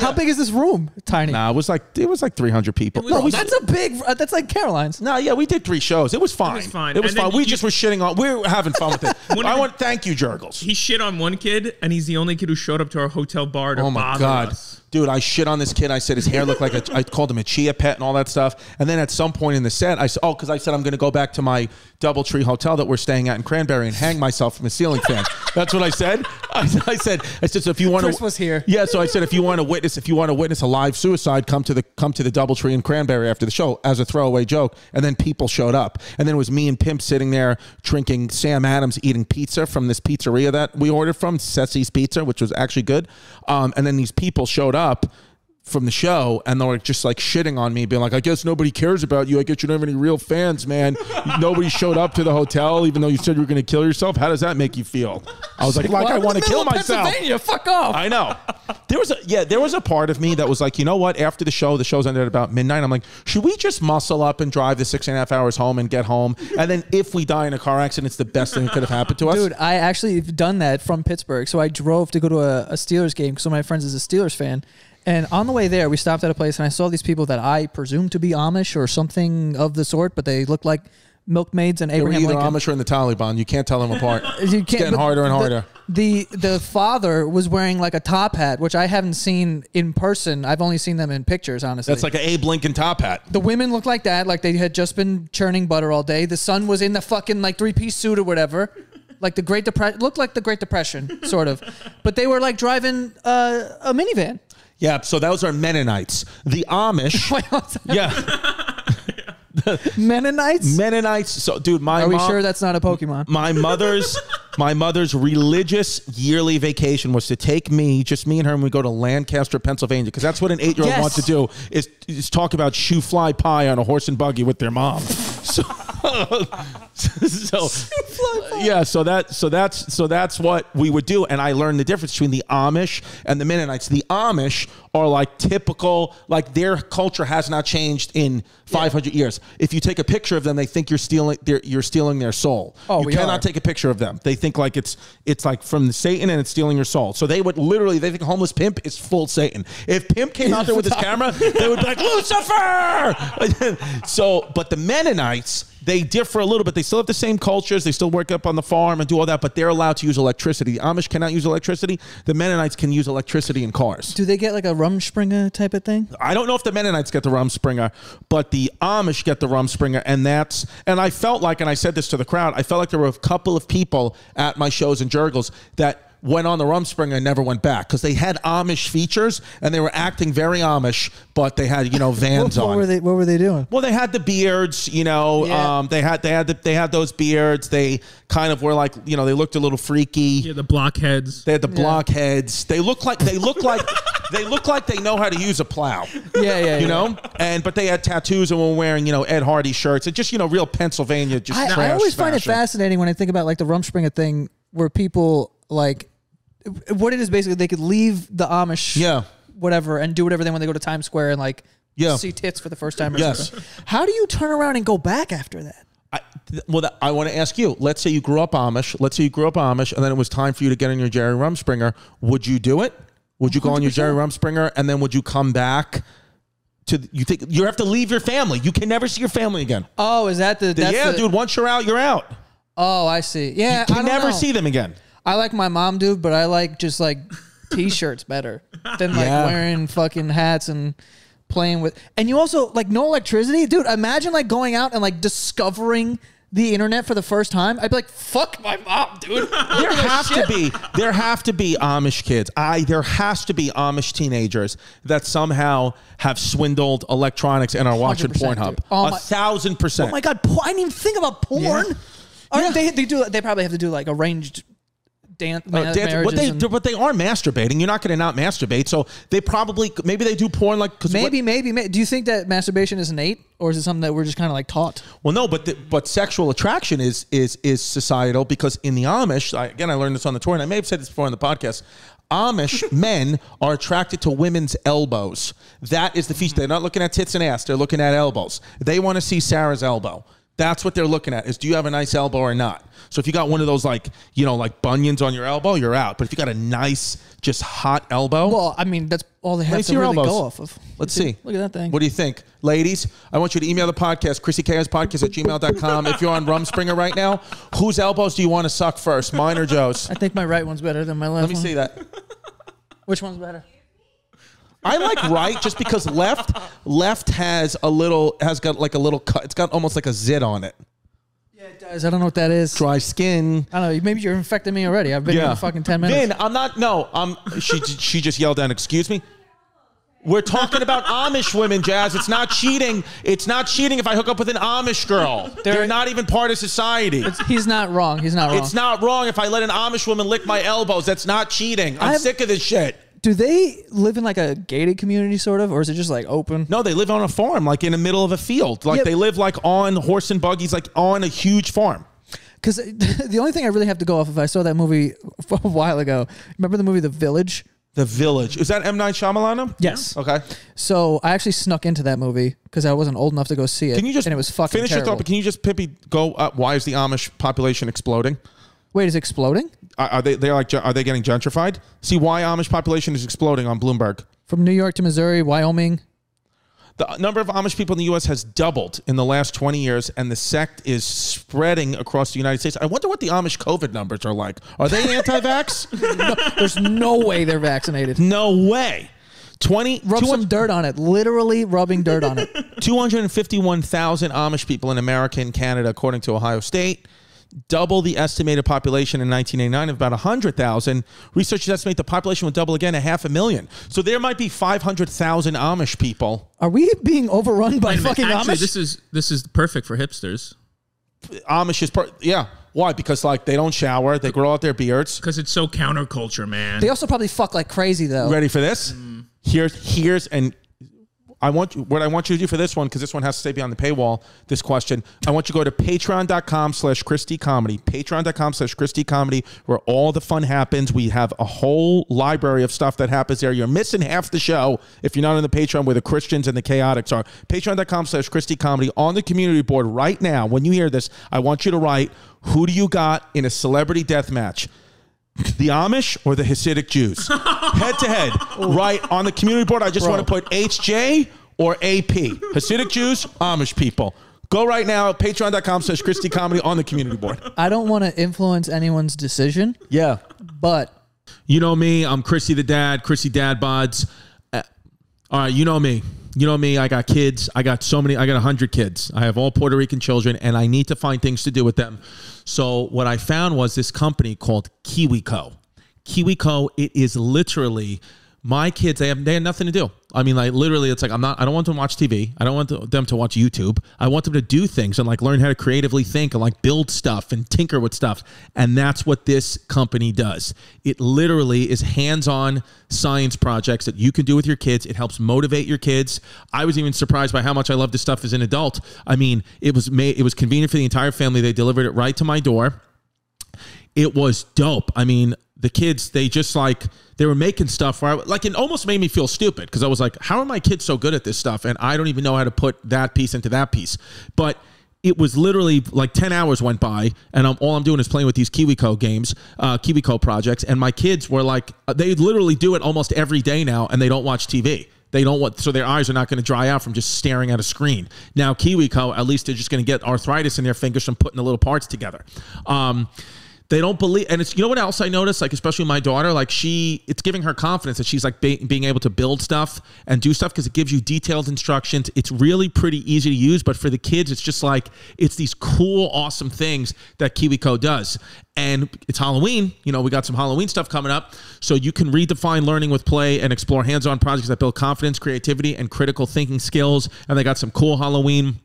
How big is this room? Tiny.
Nah, it was like it was like 300 people.
was-
we-
That's a big. uh, That's like Caroline's.
No, yeah, we did three shows. It was fine. It was
fine.
fine.
And then
We
you-
just were shitting on. We were having fun
<laughs>
with it.
One of
I
the-
want thank you, Jurgles.
He shit on one kid, and he's the only kid who showed up to our hotel bar to
Oh my
bother
god,
us.
dude! I shit on this kid. I said his hair looked like a. I called him a chia pet and all that stuff. And then at some point in the set, I said, "Oh, because I said I'm going to go back to my DoubleTree hotel that we're staying at in Cranberry and hang myself from a ceiling fan." That's what I said. <laughs> I, I said, I said, so if you want
Chris
to,
was here.
Yeah, so I said, if you want to witness, if you want to witness a live suicide, come to the come to the DoubleTree in Cranberry after the show as a throwaway joke. And then people showed up, and then it was me and Pimp sitting there drinking Sam Adams, eating pizza from this pizzeria that we ordered from Sessy's Pizza, which was actually good. Um, and then these people showed up from the show and they were just like shitting on me being like i guess nobody cares about you i guess you don't have any real fans man nobody showed up to the hotel even though you said you were going to kill yourself how does that make you feel i was like like
Well,
i
I'm in
want to
the
kill
middle of
myself
Pennsylvania, fuck off.
I know. There was a yeah, there was a part of me that was like, you know what? After the show, the show's ended at about midnight. I'm like, should we just muscle up and drive the six and a half hours home and get home? And then if we die in a car accident, it's the best thing that could have happened to us.
Dude, I actually have done that from Pittsburgh. So I drove to go to a, a Steelers game because one of my friends is a Steelers fan. And on the way there, we stopped at a place and I saw these people that I presume to be Amish or something of the sort, but they looked like milkmaids and
They were
Abraham
either
Lincoln.
Amish or in the Taliban. You can't tell them apart.
<laughs> You
it's getting
but
harder and
the-
harder.
The, the father was wearing like a top hat, which I haven't seen in person. I've only seen them in pictures, honestly.
That's like an Abe Lincoln top hat.
the women looked like that, like they had just been churning butter all day. The son was in the fucking like three piece suit or whatever, like the Great Depression. Looked like the Great Depression, sort of. But they were like driving uh, a
<laughs>
minivan.
Yeah, so those are Mennonites. The Amish.
<laughs> Wait, what's that?
yeah.
Mennonites.
Mennonites. So dude, my
Are we
mom-
sure that's not a Pokemon?
my mother's my mother's religious yearly vacation was to take me, just me and her, and we go to Lancaster, Pennsylvania, because that's what an eight year old
Yes.
wants to do is, is talk about shoe fly pie on a horse and buggy with their mom. So, <laughs> so yeah, so that so that's so that's what we would do, and I learned the difference between the Amish and the Mennonites. The Amish are like typical, like their culture has not changed in 500 years. If you take a picture of them, they think you're stealing they're- you're stealing their soul.
Oh,
you
we
cannot
are.
take a picture of them. They think like it's it's like from Satan and it's stealing your soul. So they would literally they think homeless pimp is full Satan. If pimp came out there with
<laughs>
his camera, they would be like Lucifer. <laughs> so, but the Mennonites they differ a little bit. They still have the same cultures. They still work up on the farm and do all that, but they're allowed to use electricity. The Amish cannot use electricity. The Mennonites can use electricity in cars.
Do they get like a Rumspringer type of thing?
I don't know if the Mennonites get the rum springer, but the Amish get the rum springer, and that's and I felt like, and I said this to the crowd, I felt like there were a couple of people at my shows in Jurgles that went on the Rumspringa and never went back because they had Amish features and they were acting very Amish, but they had you know
<laughs> What,
vans
what
on.
were they? What were they
<laughs>
doing?
Well, they had the beards, you know.
Yeah.
Um, they had they had the, they had those beards. They kind of were like, you know, they looked a little freaky.
Yeah, the blockheads.
They had the blockheads. They look like they look like they look like they know how to use a plow.
Yeah, yeah. yeah.
You know, and but they had tattoos and were wearing you know Ed Hardy shirts and just you know real Pennsylvania just.
I, I
trash
always find it
fashion.
fascinating when I think about like the Rumspringa thing, where people like what it is basically they could leave the Amish,
Yeah.
whatever, and do whatever they want. They go to Times Square and like,
Yeah.
see tits for the first time. Or
Yes.
something. How do you turn around and go back after that?
I, th- well, that, I want to ask you. Let's say you grew up Amish. Let's say you grew up Amish, and then it was time for you to get on your Jerry Rumspringer. Would you do it? Would you go on your Jerry Rumspringer, and then would you come back? To th- you think you have to leave your family. You can never see your family again.
Oh, is that the? That's
yeah,
the-
dude. Once you're out, you're out.
Oh, I see. Yeah,
You
I
can
don't
never
know.
see them again.
I like my mom, dude, but I like
<laughs>
just like t-shirts better than like
Yeah.
wearing fucking hats and playing with. And you also like no electricity, dude. Imagine like going out and like discovering the internet for the first time. I'd be like, fuck my mom,
<laughs>
dude.
there have to be there have to be Amish kids. I there has to be Amish teenagers that somehow have swindled electronics and are watching
100%,
Pornhub.
dude. Oh
a
my-
thousand percent.
oh my god, por- I didn't even think about porn. Oh, They they do they probably have to do like arranged dance,
Uh,
marriages.
Dan- but they
and-
but they are masturbating. You're not going to not masturbate. So they probably maybe they do porn like cause what-
maybe, maybe, may Do you think that masturbation is innate, or is it something that we're just kind of like taught?
well no but the, but sexual attraction is is is societal because in the Amish I, again I learned this on the tour and I may have said this before on the podcast. Amish men are attracted to women's elbows. That is the feature. They're not looking at tits and ass. They're looking at elbows. They want to see Sarah's elbow. That's what they're looking at is do you have a nice elbow or not? So if you got one of those like, you know, like bunions on your elbow, you're out. But if you got a nice, just hot elbow.
Well, I mean, that's all they
Let me
have
see
to
your
really
elbows.
go off of.
Let's
Dude,
see.
Look at that thing.
What do you think? Ladies, I want you to email the podcast, chrissykayospodcast at gmail.com. if you're on Rumspringer right now, whose elbows do you want to suck first, mine or Joe's?
I think my right one's better than my left
Let me
one.
see that.
Which one's better?
I like right just because left left has a little has got like a little cut. It's got almost like a zit on it.
Yeah, it does. I don't know what that is.
Dry skin.
I don't know. Maybe you're infecting me already. I've been here for fucking 10 minutes.
Vin, I'm not no, um she she just yelled down, excuse me. We're talking about Amish women, Jazz. It's not cheating. It's not cheating if I hook up with an Amish girl. They're, not even part of society.
He's not wrong. He's not wrong.
It's not wrong if I let an Amish woman lick my elbows. That's not cheating. I'm
I've-
sick of this shit.
Do they live in like a gated community, sort of? Or is it just like open?
No, they live on a farm, like in the middle of a field. Like
Yep.
they live like on horse and buggies, like on a huge farm.
Because <laughs> the only thing I really have to go off of, I saw that movie <laughs> a while ago. Remember the movie The Village?
The village. Is that M Night Shyamalan?
Yes.
Okay.
So I actually snuck into that movie because I wasn't old enough to go see it.
Can you just
and it was fucking
finish your
terrible.
thought? But can you just Pippi go? Up? Why is the Amish population exploding?
Wait, is it exploding
Are are they? They are like. Are they getting gentrified? See why Amish population is exploding on Bloomberg.
from New York to Missouri, Wyoming? <laughs>
The number of Amish people in the U.S. has doubled in the last 20 years, and the sect is spreading across the United States. I wonder what the Amish COVID numbers are like. Are they
<laughs>
anti-vax?
No, there's no way they're
<laughs>
vaccinated.
no way. 20,
Rub some
200
dirt on it. Literally rubbing dirt
<laughs>
on it.
251,000 Amish people in America and Canada, according to Ohio State. Double the estimated population in 1989 of about 100,000. Researchers estimate the population would double again, a half a million. So there might be 500,000 Amish people.
Are we being overrun by
Wait a minute,
fucking
Actually,
Amish?
this is this is perfect for hipsters
Amish is, per- yeah. Why? Because like they don't shower, they grow out their beards.
because it's so counterculture, man.
they also probably fuck like crazy though.
Ready for this? Here's here's and I want you- what I want you to do for this one because this one has to stay behind the paywall. This question, I want you to go to Patreon.com/slash Christie Comedy. Patreon.com/slash Christie Comedy, where all the fun happens. We have a whole library of stuff that happens there. You're missing half the show if you're not on the Patreon, where the Christians and the Chaotics are. Patreon.com/slash Christie Comedy on the community board right now. When you hear this, I want you to write, "Who do you got in a celebrity death match?" the Amish or the Hasidic Jews? head to head, right on the community board. I just want to put HJ or AP. Hasidic Jews, Amish people. Go right now, patreon.com slash Christie Comedy on the community board.
I don't want to influence anyone's decision,
Yeah.
but
You know me. I'm Chrissy the dad, Chrissy dad bods. Uh, all right, you know me. You know me. I got kids. I got so many. I got 100 kids. I have all Puerto Rican children, and I need to find things to do with them. So, what I found was this company called KiwiCo. KiwiCo, it is literally my kids. They have they have nothing to do. I mean, like literally, it's like I'm not. I don't want them to watch TV. I don't want to- them to watch YouTube. I want them to do things and like learn how to creatively think and like build stuff and tinker with stuff. And that's what this company does. It literally is hands-on science projects that you can do with your kids. It helps motivate your kids. I was even surprised by how much I love this stuff as an adult. I mean, it was made. It was convenient for the entire family. They delivered it right to my door it was dope. I mean, the kids, they just like they were making stuff where I, like it almost made me feel stupid because I was like, how are my kids so good at this stuff? And I don't even know how to put that piece into that piece. But it was literally like 10 hours went by and I'm, all I'm doing is playing with these KiwiCo games, uh, KiwiCo projects. And my kids were like, uh, they literally do it almost every day now and they don't watch TV. They don't want, so their eyes are not going to dry out from just staring at a screen. Now, KiwiCo, at least they're just going to get arthritis in their fingers from putting the little parts together. Um, they don't believe and it's you know what else i noticed like especially my daughter like she it's giving her confidence that she's like be, being able to build stuff and do stuff because it gives you detailed instructions it's really pretty easy to use but for the kids it's just like it's these cool awesome things that kiwico does and it's halloween you know we got some halloween stuff coming up so you can redefine learning with play and explore hands-on projects that build confidence creativity and critical thinking skills and they got some cool halloween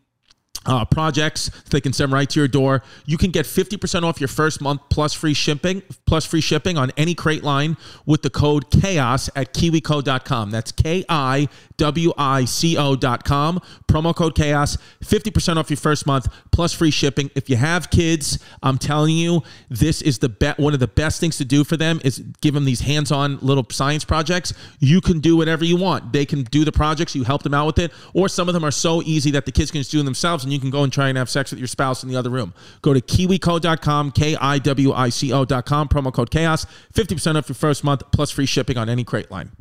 uh, projects that they can send right to your door. You can get 50% off your first month plus free shipping, plus free shipping on any crate line with the code chaos at kiwico.com. That's K I W I C O.com. Promo code chaos, 50% off your first month plus free shipping. If you have kids, I'm telling you, this is the be- one of the best things to do for them is give them these hands-on little science projects. You can do whatever you want. They can do the projects, you help them out with it, or some of them are so easy that the kids can just do them themselves and you can go and try and have sex with your spouse in the other room. Go to kiwico.com, K I W I C O.com, promo code chaos, 50% off your first month plus free shipping on any crate line.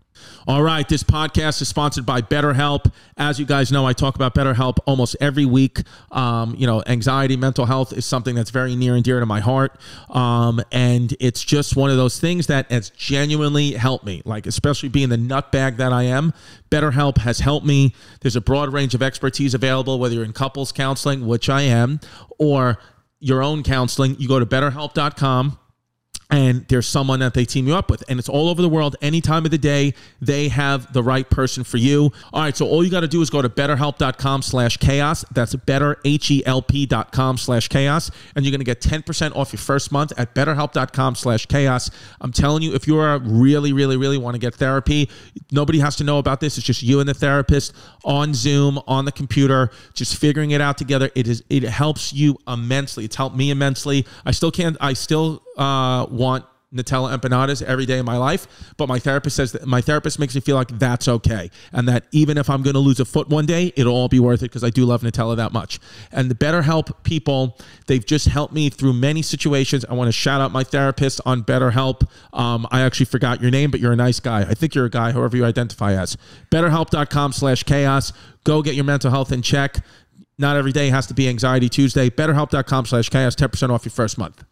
All right, this podcast is sponsored by BetterHelp. As you guys know, I talk about BetterHelp almost every week. Um, you know, anxiety, mental health is something that's very near and dear to my heart. Um, and it's just one of those things that has genuinely helped me, like, especially being the nutbag that I am. BetterHelp has helped me. There's a broad range of expertise available, whether you're in couples counseling, which I am, or your own counseling. You go to betterhelp.com and there's someone that they team you up with and it's all over the world any time of the day they have the right person for you all right so all you got to do is go to betterhelp.com slash chaos that's better H-E-L-P dot com slash chaos and you're going to get 10% off your first month at betterhelp.com slash chaos i'm telling you if you are really really really want to get therapy nobody has to know about this it's just you and the therapist on zoom on the computer just figuring it out together it is it helps you immensely it's helped me immensely i still can't i still uh, want Nutella empanadas every day of my life, but my therapist says that my therapist makes me feel like that's okay, and that even if I'm going to lose a foot one day, it'll all be worth it because I do love Nutella that much. And the BetterHelp people, they've just helped me through many situations. I want to shout out my therapist on BetterHelp. Um, I actually forgot your name, but you're a nice guy. I think you're a guy, however you identify as. BetterHelp.com/chaos. Go get your mental health in check. Not every day has to be Anxiety Tuesday. BetterHelp.com/chaos. Ten percent off your first month.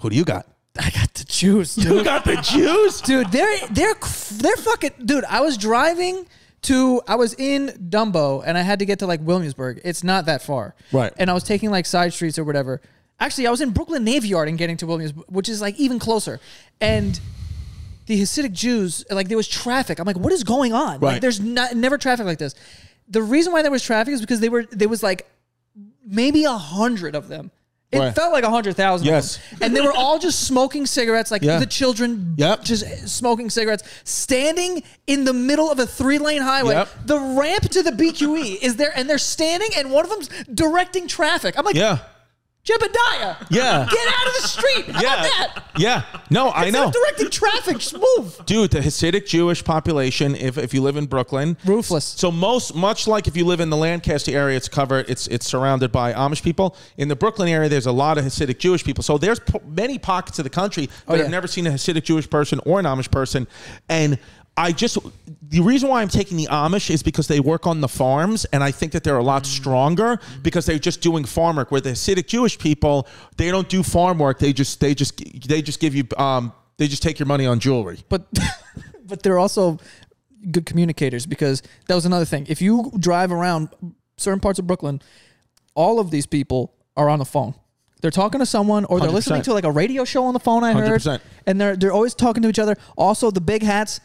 Who do you got?
I got the juice, dude.
Who got the juice?
dude they're they're they're fucking dude i was driving to i was in dumbo and i had to get to like williamsburg it's not that far
Right.
and i was taking like side streets or whatever actually i was in brooklyn navy yard and getting to williamsburg which is like even closer and the hasidic jews like there was traffic i'm like what is going on
Right.
like there's not, never traffic like this the reason why there was traffic is because they were there was like maybe a hundred of them it
Right.
felt like a hundred thousand
Yes.
and they were all just smoking cigarettes like
Yeah.
the children
Yep.
just eh, smoking cigarettes, standing in the middle of a three lane highway.
Yep.
The ramp to the BQE is there, and they're standing, and one of them's directing traffic. I'm like,
Yeah.
Jebediah,
Yeah.
get out of the street. How
Yeah.
about that?
Yeah. No, I
Instead
know.
of directing traffic, just move.
Dude, the Hasidic Jewish population, if, if you live in Brooklyn,
Ruthless.
so most much like if you live in the Lancaster area, it's covered. It's it's surrounded by Amish people. In the Brooklyn area, there's a lot of Hasidic Jewish people. So there's po- many pockets of the country that
Oh, yeah.
have never seen a Hasidic Jewish person or an Amish person, and I just the reason why I'm taking the Amish is because they work on the farms, and I think that they're a
Mm.
lot stronger because they're just doing farm work. Where the Hasidic Jewish people, they don't do farm work. They just they just they just give you um they just take your money on jewelry.
But, <laughs> but they're also good communicators because that was another thing. If you drive around certain parts of Brooklyn, all of these people are on the phone. They're talking to someone, or they're listening
100%.
to like a radio show on the phone. I heard,
100%.
and they're they're always talking to each other. Also, the big hats.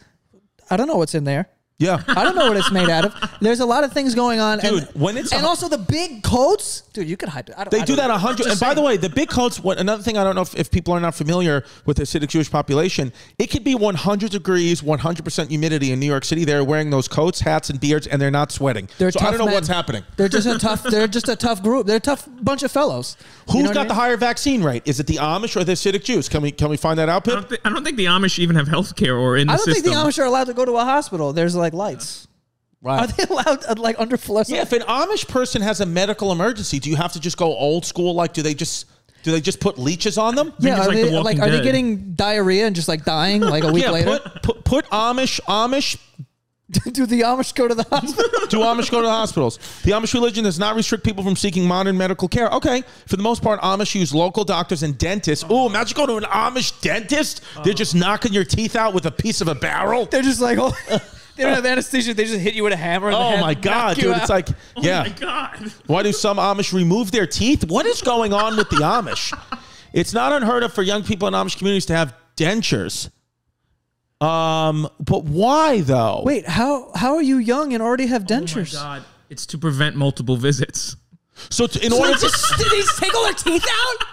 I don't know what's in there.
Yeah.
<laughs> I don't know what it's made out
<laughs>
of. There's a lot of things going on,
Dude,
And,
when it's
and
a-
also the big coats, dude. You could hide. I don't,
They
I
do
don't
that
know.
a hundred. And
Just
by the
saying.
way, the big cults. What another thing I don't know if, if people are not familiar with the Hasidic Jewish population, it could be 100 degrees, 100 percent humidity in New York City. They're wearing those coats, hats, and beards, and they're not sweating.
They're
so
tough
I don't know
men.
what's happening.
They're just a tough. They're just a tough group. They're a tough bunch of fellows.
Who's
Who's
got the higher vaccine rate? Is it the Amish or the Hasidic Jews? Can we can we find that out,
I
Pip?
don't, thi- I don't think the Amish even have health care or in the
I don't
system.
think the Amish are allowed to go to a hospital. There's like lights. Are
Right.
they allowed uh, like under fluorescent?
Yeah. If an Amish person has a medical emergency, do you have to just go old school? Like, do they just do they just put leeches on them?
Yeah,
it's
are
like
they
The
like
Walking
are they
Dead.
getting diarrhea and just like dying
<laughs>
like a week
yeah.
later?
Put, put put Amish Amish
<laughs> Do the Amish go to the hospital? <laughs>
Do Amish go to the hospitals? The Amish religion does not restrict people from seeking modern medical care. Okay, for the most part, Amish use local doctors and dentists. Ooh, imagine going to an Amish dentist. They're just knocking your teeth out with a piece of a barrel.
They're just like, oh, <laughs> they don't have anesthesia. They just hit you with a hammer. in the
Oh
head,
my
knock
God,
you
dude!
out.
It's like,
Oh
yeah.
my God.
Why do some Amish remove their teeth? What is going on with the Amish? It's not unheard of for young people in Amish communities to have dentures. Um, but why though?
wait, how how are you young and already have dentures?
Oh my God. It's to prevent multiple visits.
So t- in
<laughs>
order to
did they just take all their teeth out?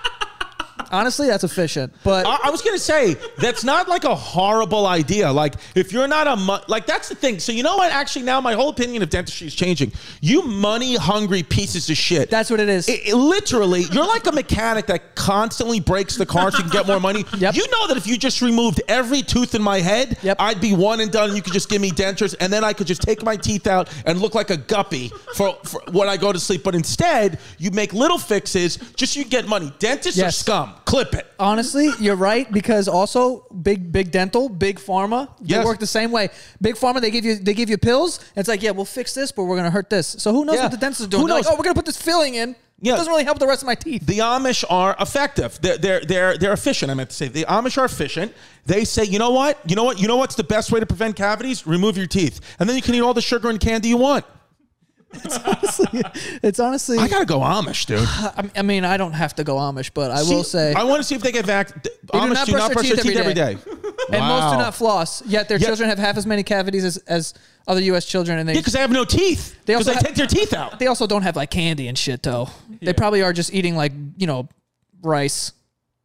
Honestly, that's efficient, but
I, I was gonna say that's not like a horrible idea. Like if you're not a mo- like that's the thing. So you know what? Actually, now my whole opinion of dentistry is changing. You money hungry pieces of shit.
that's what it is.
It- it literally, you're like a mechanic that constantly breaks the car so you can get more money.
<laughs> Yep.
You know that if you just removed every tooth in my head,
Yep.
I'd be one and done. And you could just give me dentures, and then I could just take my teeth out and look like a guppy for, for when I go to sleep. But instead, you make little fixes just so you get money. Dentists are
Yes.
scum. Clip it.
Honestly, you're right because also big big dental, big pharma, they
Yes.
work the same way. Big pharma, they give you they give you pills. And it's like, yeah, we'll fix this, but we're gonna hurt this. So who knows
Yeah.
what the dentist is doing?
Who
They're
knows?
Like, oh, we're gonna put this filling in.
Yeah.
It doesn't really help the rest of my teeth.
the Amish are effective. They're, they're, they're, they're efficient. I meant to say the Amish are efficient. They say, you know what? You know what? You know what's the best way to prevent cavities? Remove your teeth. And then you can eat all the sugar and candy you want.
<laughs> it's honestly,
I
I,
got to go Amish, dude.
<sighs> I mean, I don't have to go Amish, but I will
See,
say,
I want to see if they get vac. th- Amish
not
do
brush
not
their
brush their
teeth
teeth
every
every
day.
day.
<laughs> and most do
Wow.
not floss. Yet their
Yeah.
children have half as many cavities as, as other U.S. children, and they
Yeah, because they have no teeth.
They
Because
also
they,
have-
take their teeth out.
they also don't have like candy and shit though. They probably are just eating like you know rice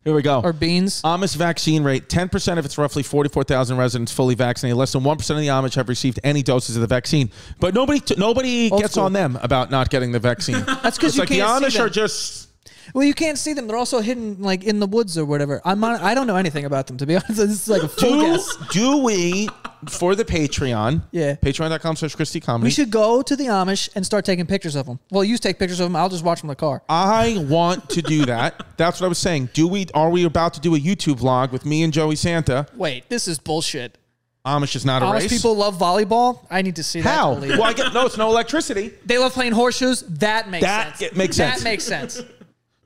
Here we go.
or beans.
Amish vaccine rate 10% of its roughly 44,000 residents fully vaccinated. Less than 1% of the Amish have received any doses of the vaccine. But nobody t- nobody
Old
gets
school.
on them about not getting the
<laughs>
vaccine. That's
'cause you
like
can't
the
see
Amish
them.
are just
Well, you can't see them. They're also hidden like in the woods or whatever. I'm on, I don't know anything about them to be <laughs> honest. This is like a full
do,
guess.
do we for the Patreon?
Yeah.
Patreon.com slash Christy Comedy.
We should go to the Amish and start taking pictures of them. Well, you take pictures of them. I'll just watch them in the car.
I want to do that. That's what I was saying. Do we are we about to do a YouTube vlog with me and Joey Santa?
Wait, this is bullshit.
Amish is not a
Amish
race.
people love volleyball. I need to see that.
How?
to believe it.
Well, I get no. It's no electricity.
They love playing horseshoes. That makes
That
sense.
it makes
that
sense.
makes sense.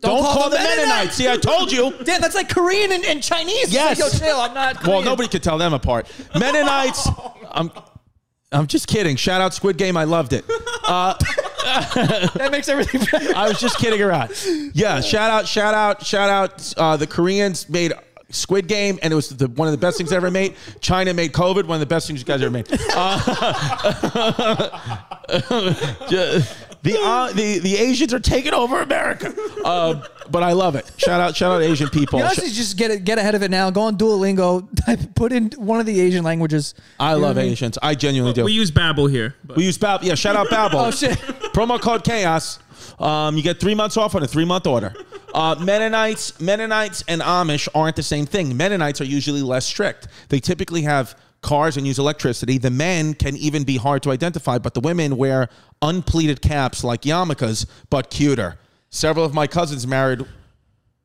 Don't,
<laughs> Don't, call, them Mennonites. See, I told you.
<laughs> Damn, that's like Korean and, and Chinese.
Yes.
Yo, chill. I'm not.
<laughs>
Korean.
Well, nobody could tell them apart. Mennonites. I'm. I'm just kidding. Shout out Squid Game. I loved it.
That makes everything
<laughs>
better.
I was just kidding around. Yeah. Shout out. Shout out. Shout out. Uh, the Koreans made Squid Game, and it was the, one of the best things ever made. China made COVID, one of the best things you guys ever made. <laughs> Ju- the, uh, the the Asians are taking over America, uh, but I love it. Shout out, shout out Asian people.
You
Sh-
honestly just get it, get ahead of it now. Go on Duolingo. <laughs> Type, put in one of the Asian languages.
I
You know
love
what mean?
Asians. I genuinely do.
We use Babel here. But
We use Bab. Yeah, shout out Babbel.
Oh, shit.
Promo code Chaos. Um, you get three months off on a three month order. Uh, Mennonites, Mennonites, and Amish aren't the same thing. Mennonites are usually less strict. They typically have cars and use electricity. The men can even be hard to identify, but the women wear unpleated caps like yarmulkes, but cuter. Several of my cousins married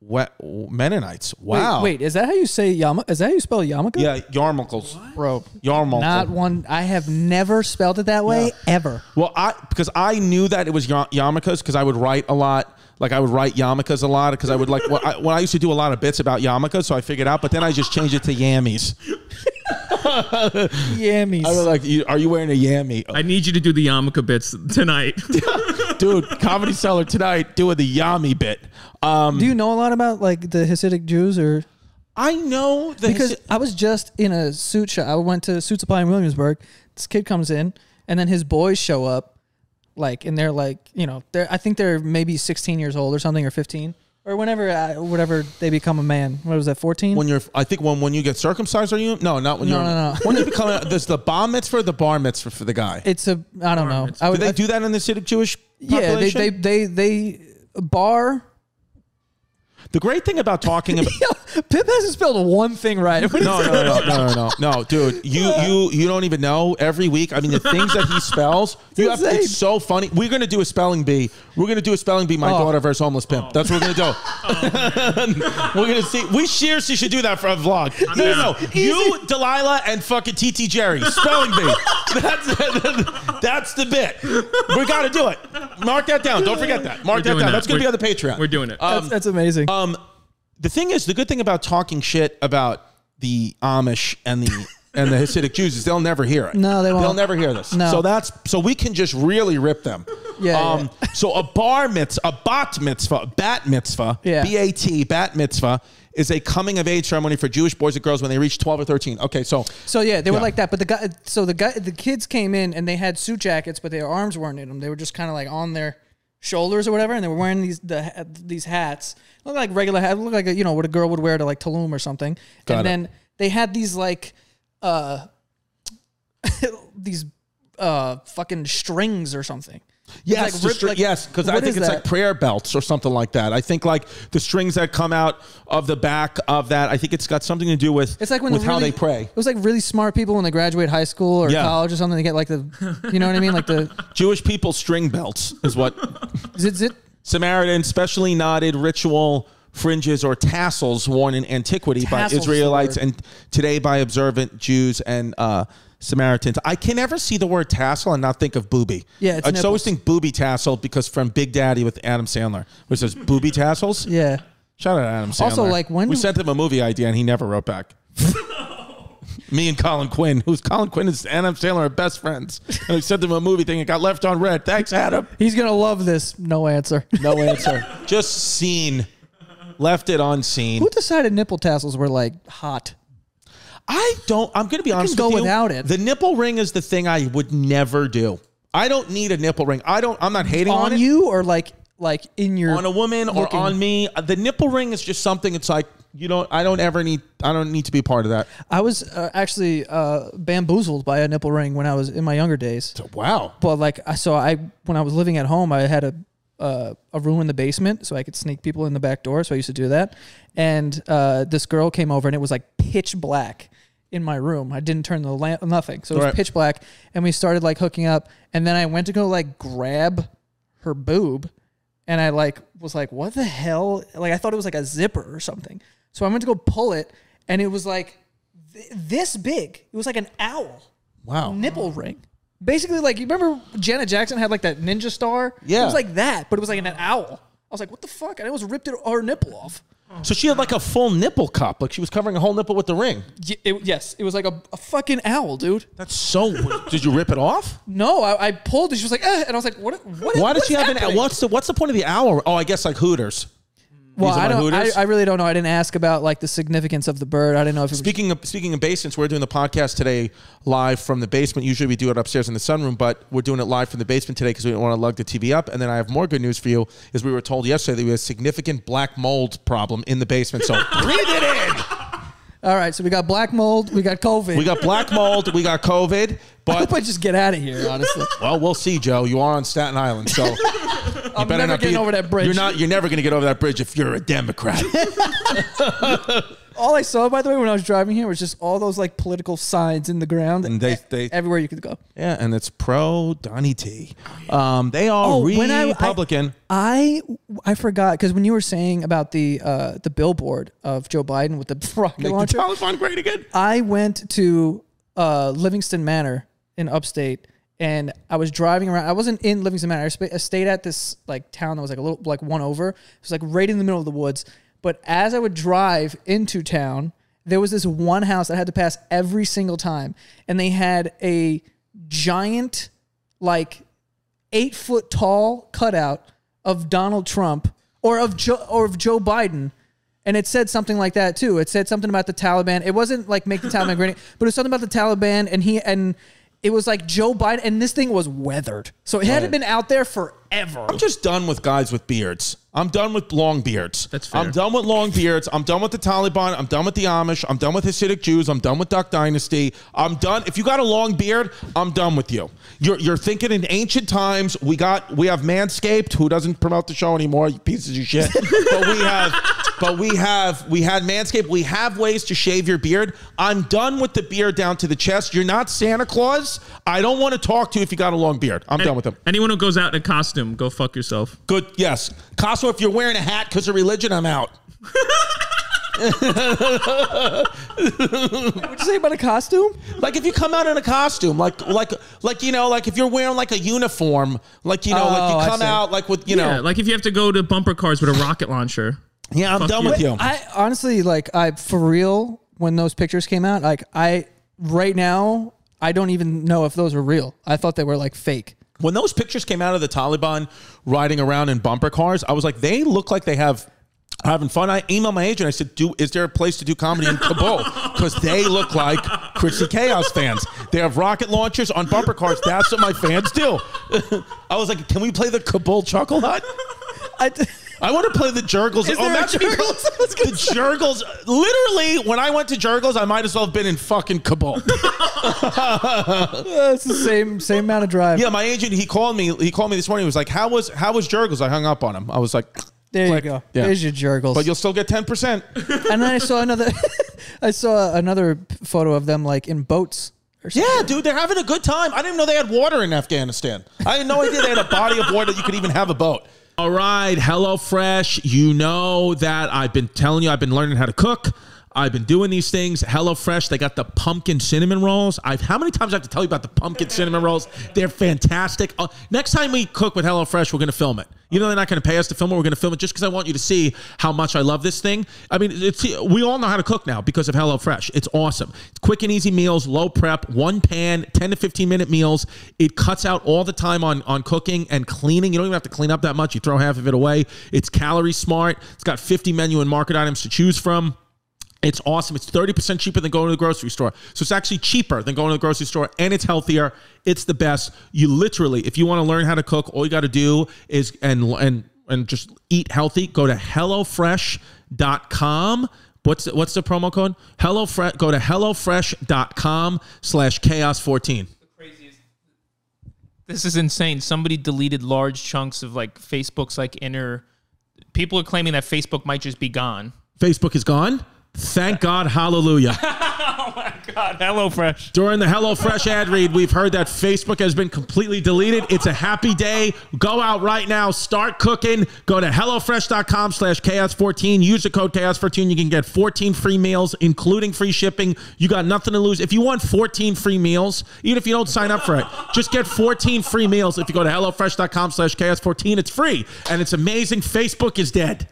we- Mennonites.
Wait,
Wow.
Wait, is that how you say yama? Is that how you spell yarmulke?
Yeah, yarmulkes.
bro.
Yarmulke.
Not one. I have never spelled it that way ever.
Well, I because I knew that it was ya- yarmulkes because I would write a lot. Like I would write yarmulkes a lot because I would like <laughs> when I, when I used to do a lot of bits about yarmulkes, so I figured out. But then I just changed it to yammies.
Yammies.
I was like, you, "Are you wearing a yammy?" Oh, <laughs>
I need you to do the yarmulke bits tonight.
dude, <laughs> comedy seller tonight doing the Yami bit. Um,
Do you know a lot about like the Hasidic Jews or
I know that
because I was just in a suit shop. I went to suit supply in Williamsburg. This kid comes in, and then his boys show up, like, and they're like, you know, they're I think they're maybe 16 years old or something, or 15, or whenever, I, whenever they become a man. What was that, 14?
when you're, I think when when you get circumcised, are you? No, not when
No,
you're.
no, no.
When you become, a, there's the bar mitzvah, or the bar mitzvah for the guy.
it's a, I don't know. I
do
would,
they
I-
do that in the Hasidic Jewish population?
yeah, they, they, they, they, bar.
the great thing about talking about.
Pip hasn't spelled one thing right. <laughs> What do you
No, um, no, no, no, no, no, no, dude. You, you, you don't even know. Every week, I mean, the things that he
<laughs>
spells, you have.
insane.
It's so funny. We're gonna do a spelling bee. We're gonna do a spelling bee. My
Oh.
daughter versus homeless pimp. That's what we're gonna do. <laughs> we're gonna see. We seriously should do that for a vlog. No, no, no. You, Delilah, and fucking TT Jerry spelling
<laughs>
bee. That's that's the bit. We gotta do it. Mark that down. Don't forget that. Mark
We're
that down.
doing that.
That's gonna
We're-
be on the Patreon. Uh,
we're doing it.
that's, that's amazing.
Um, the thing is, the good thing about talking shit about the Amish and the and the Hasidic Jews is they'll never hear it.
No, they won't.
They'll never hear this.
No.
So that's so we can just really rip them. Um,
Yeah,
So a bar mitzvah, a bat mitzvah, a bat mitzvah,
Yeah.
B A T, bat mitzvah is a coming of age ceremony for Jewish boys and girls when they reach twelve or thirteen. Okay, so
So yeah, they were
Yeah.
like that. But the guy, so the guy, the kids came in and they had suit jackets, but their arms weren't in them. They were just kind of like on their shoulders or whatever, and they were wearing these the ha- these hats. Look like regular hat. Look like a, you know what a girl would wear to like Tulum or something.
Got
and
it.
then they had these like uh <laughs> these uh fucking strings or something.
Yes,
like
the
rip-
stri-
like-
yes, because I
what
think
is
it's like
that?
prayer belts or something like that. I think like the strings that come out of the back of that. I think it's got something to do with
It's like when
with
the
how
really-
they pray.
It was like really smart people when they graduate high school or
Yeah.
college or something. They get like the, you know what I mean, like the <laughs>
Jewish people string belts is what
zit zit.
Samaritan specially knotted ritual fringes or tassels worn in antiquity by
Tassels is the
Israelites
word.
and today by observant Jews and uh, Samaritans. I can never see the word tassel and not think of booby.
Yeah, it's
I just always
nipples.
think booby tassel because from Big Daddy with Adam Sandler, which says booby tassels.
Yeah.
Shout out to Adam Sandler.
Also, like, when
we
do-
sent him a movie idea and he never wrote
<laughs>
back. Me and Colin Quinn, who's Colin Quinn is Adam Sandler are best friends, and we sent him a movie thing. It got left on red. Thanks, Adam.
He's gonna love this. No answer.
<laughs> No answer. Just seen. Left it on scene.
<laughs> Who decided nipple tassels were like hot?
I don't. I'm going to be honest.
go
with you.
without it.
The nipple ring is the thing I would never do. I don't need a nipple ring. I don't. I'm not hating on,
on
it.
you or like like in your
on a woman
looking.
or on me. The nipple ring is just something. It's like you don't. I don't ever need. I don't need to be part of that.
I was uh, actually uh, bamboozled by a nipple ring when I was in my younger days.
Wow.
But like I so I when I was living at home, I had a uh, a room in the basement so I could sneak people in the back door. So I used to do that. And uh, this girl came over and it was like pitch black in my room. I didn't turn the lamp, nothing. So it was
Right.
pitch black. And we started like hooking up. And then I went to go like grab her boob. And I like was like, what the hell? Like I thought it was like a zipper or something. So I went to go pull it, and it was like th- this big. It was like an owl
Wow.
nipple ring. Basically, like you remember Janet Jackson had like that ninja star.
Yeah.
it was like that, but it was like an owl. I was like, what the fuck? And I almost ripped it her nipple off.
So she had like a full nipple cup, like she was covering a whole nipple with the ring.
Y- it- yes, it was like a, a fucking owl, dude.
That's so. <laughs> weird. Did you rip it off?
No, I, I pulled it. She was like, eh, and I was like, what? what
Why does
what's
she have
happening?
an? What's the What's the point of the hour? Oh, I guess like Hooters.
Well,
These are
I
my
don't. I,
Hooters?
I really don't know. I didn't ask about like the significance of the bird. I didn't know if it was
Speaking of speaking of basements, we're doing the podcast today live from the basement. Usually we do it upstairs in the sunroom, but we're doing it live from the basement today because we didn't want to lug the TV up. And then I have more good news for you, is we were told yesterday that we had a significant black mold problem in the basement.
<laughs>
So breathe it in.
all right. So we got black mold. We got COVID.
We got black mold. We got COVID.
<laughs> I hope
But
I just get out of here. Honestly,
well, we'll see, Joe. You are on Staten Island,
<laughs>
so.
I'm never getting over that bridge.
You're not. You're never going to get over that bridge if you're a
<laughs>
Democrat.
all I saw, by the way, when I was driving here, was just all those like political signs in the ground
And they- they-
everywhere you could go.
yeah, and it's pro Donny T. Um, they are
Oh, when I- I-
Republican.
I I forgot because when you were saying about the uh, the billboard of Joe Biden with the <laughs> rocket
Make the
launcher,
telephone great again.
I went to uh, Livingston Manor in upstate, and I was driving around. I wasn't in Livingston Manor. I, sp- I stayed at this like town that was like a little like one over. It was like right in the middle of the woods. But as I would drive into town, there was this one house that I had to pass every single time, and they had a giant like eight foot tall cutout of Donald Trump or of Joe or of Joe Biden. And it said something like that too. It said something about the Taliban. It wasn't like make the Taliban great, <laughs> but it was something about the Taliban and he and it was like Joe Biden and this thing was weathered. So it hadn't been out there forever.
Oh.
I'm just done with guys with beards. I'm done with long beards.
That's fair.
I'm done with long beards. I'm done with the Taliban. I'm done with the Amish. I'm done with Hasidic Jews. I'm done with Duck Dynasty. I'm done. If you got a long beard, I'm done with you. You're you're thinking in ancient times. We got we have Manscaped, who doesn't promote the show anymore. You pieces of
<laughs>
shit. but we have. But we have we had Manscaped. We have ways to shave your beard. I'm done with the beard down to the chest. You're not Santa Claus. I don't want to talk to you if you got a long beard. I'm done with them.
Anyone who goes out in a costume, go fuck yourself.
Good. Yes. Costco, if you're wearing a hat because of religion, I'm out.
What'd you say about a costume?
Like if you come out in a costume, like like like you know, like if you're wearing like a uniform, like you know,
Oh,
like
I
you come
see.
out like with you
Yeah,
know,
like if you have to go to bumper cars with a rocket launcher.
yeah, I'm
fuck
done
you.
with you.
I honestly like I for real when those pictures came out, like I right now I don't even know if those were real. I thought they were like fake.
When those pictures came out of the Taliban riding around in bumper cars, I was like, they look like they have. are Having fun. I emailed my agent. I said, "Do is there a place to do comedy in Kabul? <laughs> Because they look like Chrissy Chaos fans. They have rocket launchers on bumper cars. That's what my fans do." I was like, "Can we play the Kabul Chuckle Hut?"
<laughs> I
I want to play the Jurgles. Oh,
Is there a
imagine-
Jurgles? <laughs> I was
The
gonna
Jurgles. Literally, when I went to Jurgles, I might as well have been in fucking
<laughs>
Kabul.
it's the same same amount of drive.
yeah, my agent. He called me. He called me this morning. He was like, "How was how was Jurgles?" I hung up on him. I was like,
There
click.
you go.
Yeah.
There's your jurgles.
But you'll still get ten percent.
<laughs> and then I saw another <laughs> I saw another photo of them like in boats or something.
Yeah, dude, they're having a good time. I didn't know they had water in Afghanistan. I had no idea they had a body of water that you could even have a boat. All right, HelloFresh. You know that I've been telling you, I've been learning how to cook. I've been doing these things. HelloFresh, they got the pumpkin cinnamon rolls. I've how many times I have to tell you about the pumpkin cinnamon rolls? They're fantastic. Uh, next time we cook with HelloFresh, we're gonna film it. You know they're not gonna pay us to film it. We're gonna film it just because I want you to see how much I love this thing. I mean, it's we all know how to cook now because of HelloFresh. It's awesome. It's quick and easy meals, low prep, one pan, 10 to 15 minute meals. It cuts out all the time on, on cooking and cleaning. You don't even have to clean up that much. You throw half of it away. It's calorie smart. It's got 50 menu and market items to choose from. It's awesome. It's 30% cheaper than going to the grocery store. So it's actually cheaper than going to the grocery store and it's healthier. It's the best. You literally, if you want to learn how to cook, all you got to do is and and and just eat healthy. Go to hellofresh.com. What's the, what's the promo code? HelloFresh. Go to hellofresh.com slash chaos14.
This is insane. Somebody deleted large chunks of like Facebook's like inner. People are claiming that Facebook might just be gone.
Facebook is gone. Thank God. Hallelujah.
God, HelloFresh.
During the HelloFresh ad read, we've heard that Facebook has been completely deleted. It's a happy day. Go out right now. Start cooking. Go to HelloFresh.com slash Chaos14. Use the code Chaos14. You can get 14 free meals, including free shipping. You got nothing to lose. If you want 14 free meals, even if you don't sign up for it, just get 14 free meals if you go to HelloFresh.com slash Chaos14. It's free, and it's amazing. Facebook is dead.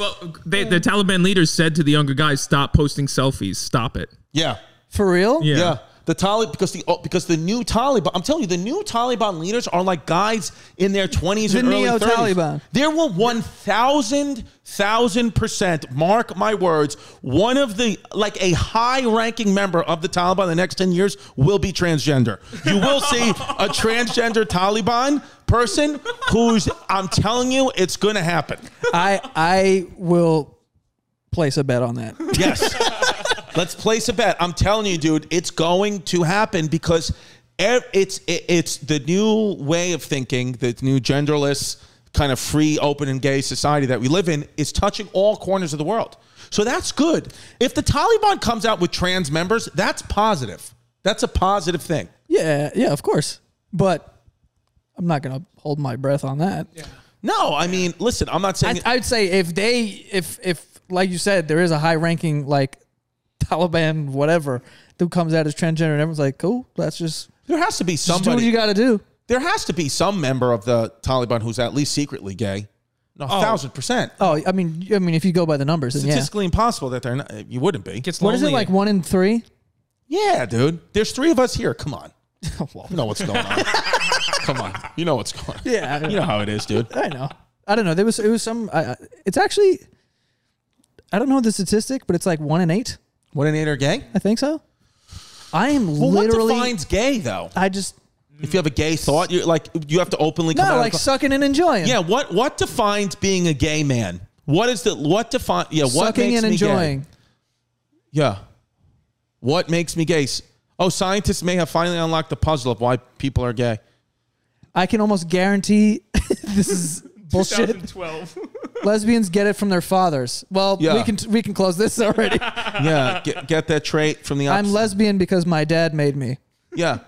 Well, they, the Taliban leaders said to the younger guys, "Stop posting selfies. Stop it."
Yeah.
For real?
Yeah.
Yeah. The Taliban, because the oh, because the new Taliban, I'm telling you, the new Taliban leaders are like guys in their 20s and
The
early 30s.
neo-Taliban.
There will 1,000, 1,000 percent, mark my words, one of the, like a high ranking member of the Taliban in the next 10 years will be transgender. You will see a transgender Taliban person who's, I'm telling you, it's going to happen.
I I will place a bet
<laughs>
on that.
Yes. Let's place a bet. I'm telling you, dude, it's going to happen because ev- it's it- it's the new way of thinking, the new genderless kind of free, open, and gay society that we live in is touching all corners of the world. So that's good. If the Taliban comes out with trans members, that's positive. That's a positive thing.
Yeah, yeah, of course. But I'm not gonna hold my breath on that.
No, I mean, listen, I'm not saying
I, I'd say if they, if if like you said, there is a high ranking like <laughs> Taliban whatever who comes out as transgender, and everyone's like, cool, that's just,
there has to be
just do what
somebody.
you got to do.
there has to be some member of the Taliban who's at least secretly gay. No, a thousand percent.
Oh, I mean, I mean, if you go by the numbers, then yeah.
Statistically impossible that they're not. You wouldn't be.
Gets
What is it
lonely.
like one in three?
Yeah, dude. There's three of us here. Come on.
<laughs> Well,
You know what's going
<laughs>
on. Come on. You know what's going on.
yeah,
<laughs>
I
You know how it is, dude.
I know. I don't know. There was it was some. I I- it's actually, I don't know the statistic, but it's like one in eight.
What an eight are gay?
I think so. I am
Well,
literally.
what defines gay though?
I just
If you have a gay thought, you like you have to openly come
no
out.
like
and-
sucking and enjoying.
yeah, what what defines being a gay man? What is the what define? Yeah, what
sucking
makes
and
me gay?
enjoying.
Yeah, what makes me gay? S- Oh, scientists may have finally unlocked the puzzle of why people are
<laughs>
gay.
I can almost guarantee <laughs>
<laughs>
this is bullshit.
2012.
Lesbians get it from their fathers. Well, we
Yeah.
can we can close this
<laughs>
already.
Yeah, get, get that trait from the.
I'm
opposite-
lesbian because my dad made me.
Yeah.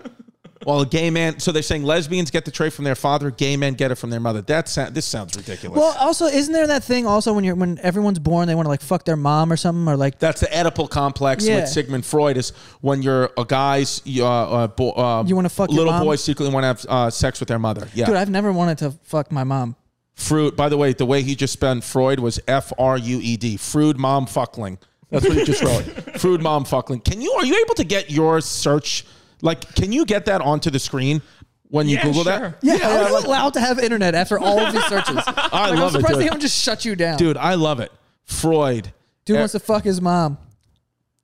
Well, a gay man. So they're saying lesbians get the trait from their father. Gay men get it from their mother. That sound, this sounds ridiculous.
Well, also isn't there that thing also when you're when everyone's born they want to like fuck their mom or something or like
That's the Oedipal complex
Yeah.
with Sigmund Freud. Is when you're a guy's uh, uh, bo- uh,
You wanna fuck your
little
mom?
boys secretly want to have uh, sex with their mother. Yeah,
dude, I've never wanted to fuck my mom.
fruit. By the way, the way he just spelled Freud was F R U E D. Fruit mom fuckling. That's what he just
<laughs>
wrote. Fruit mom fuckling. Can you are you able to get your search? Like, can you get that onto the screen when you
Yeah,
Google
sure.
that?
Yeah, are you allowed to have internet after all of these
<laughs>
searches? I
I
am
love it,
surprised they
dude.
haven't just shut you down.
Dude, I love it. Freud.
dude
Eh,
wants to fuck his mom.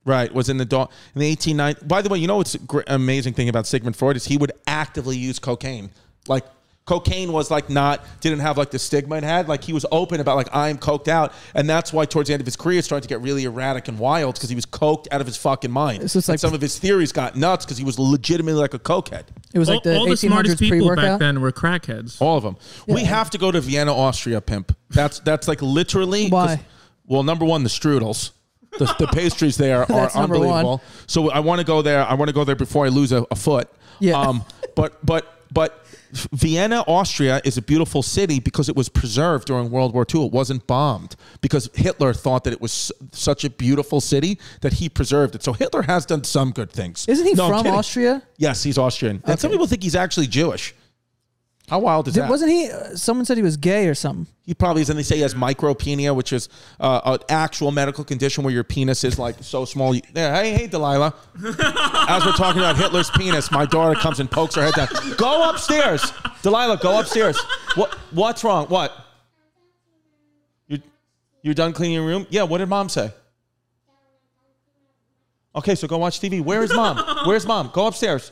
Right, was in the dog in the eighteen nine. By the way, you know what's a gr- amazing thing about Sigmund Freud is he would actively use cocaine. Like cocaine was like not didn't have like the stigma it had. Like he was open about like I'm coked out, and that's why towards the end of his career it started to get really erratic and wild because he was coked out of his fucking mind.
So it's like-
and some of his theories got nuts because he was legitimately like a cokehead.
It was
all,
like the
all the
1800s
smartest people back
pre-workout.
then were crackheads.
All of them. We have to go to Vienna, Austria, pimp. That's that's like literally 'cause-
Why?
Well, number one, the strudels. The, the pastries
<laughs>
there are
That's number one.
unbelievable. So I want to go there. I want to go there before I lose a, a foot. Um,
Yeah.
but but but Vienna, Austria is a beautiful city because it was preserved during World War II. It wasn't bombed because Hitler thought that it was su- such a beautiful city that he preserved it. So Hitler has done some good things.
Isn't he
No, I'm
from
kidding.
Austria?
Yes, he's Austrian. And some people think he's actually Jewish. How wild is
Did,
that?
wasn't he? Uh, someone said he was gay or something. <laughs>
He probably is, and they say he has micropenia, which is uh, an actual medical condition where your penis is like so small. You, yeah, hey, hey, Delilah. As we're talking about Hitler's penis, my daughter comes and pokes her head down. Go upstairs, Delilah. Go upstairs. What? What's wrong? What? You, you're done cleaning your room? Yeah. What did mom say? Okay, so go watch TV. Where is mom? Where's mom? Go upstairs.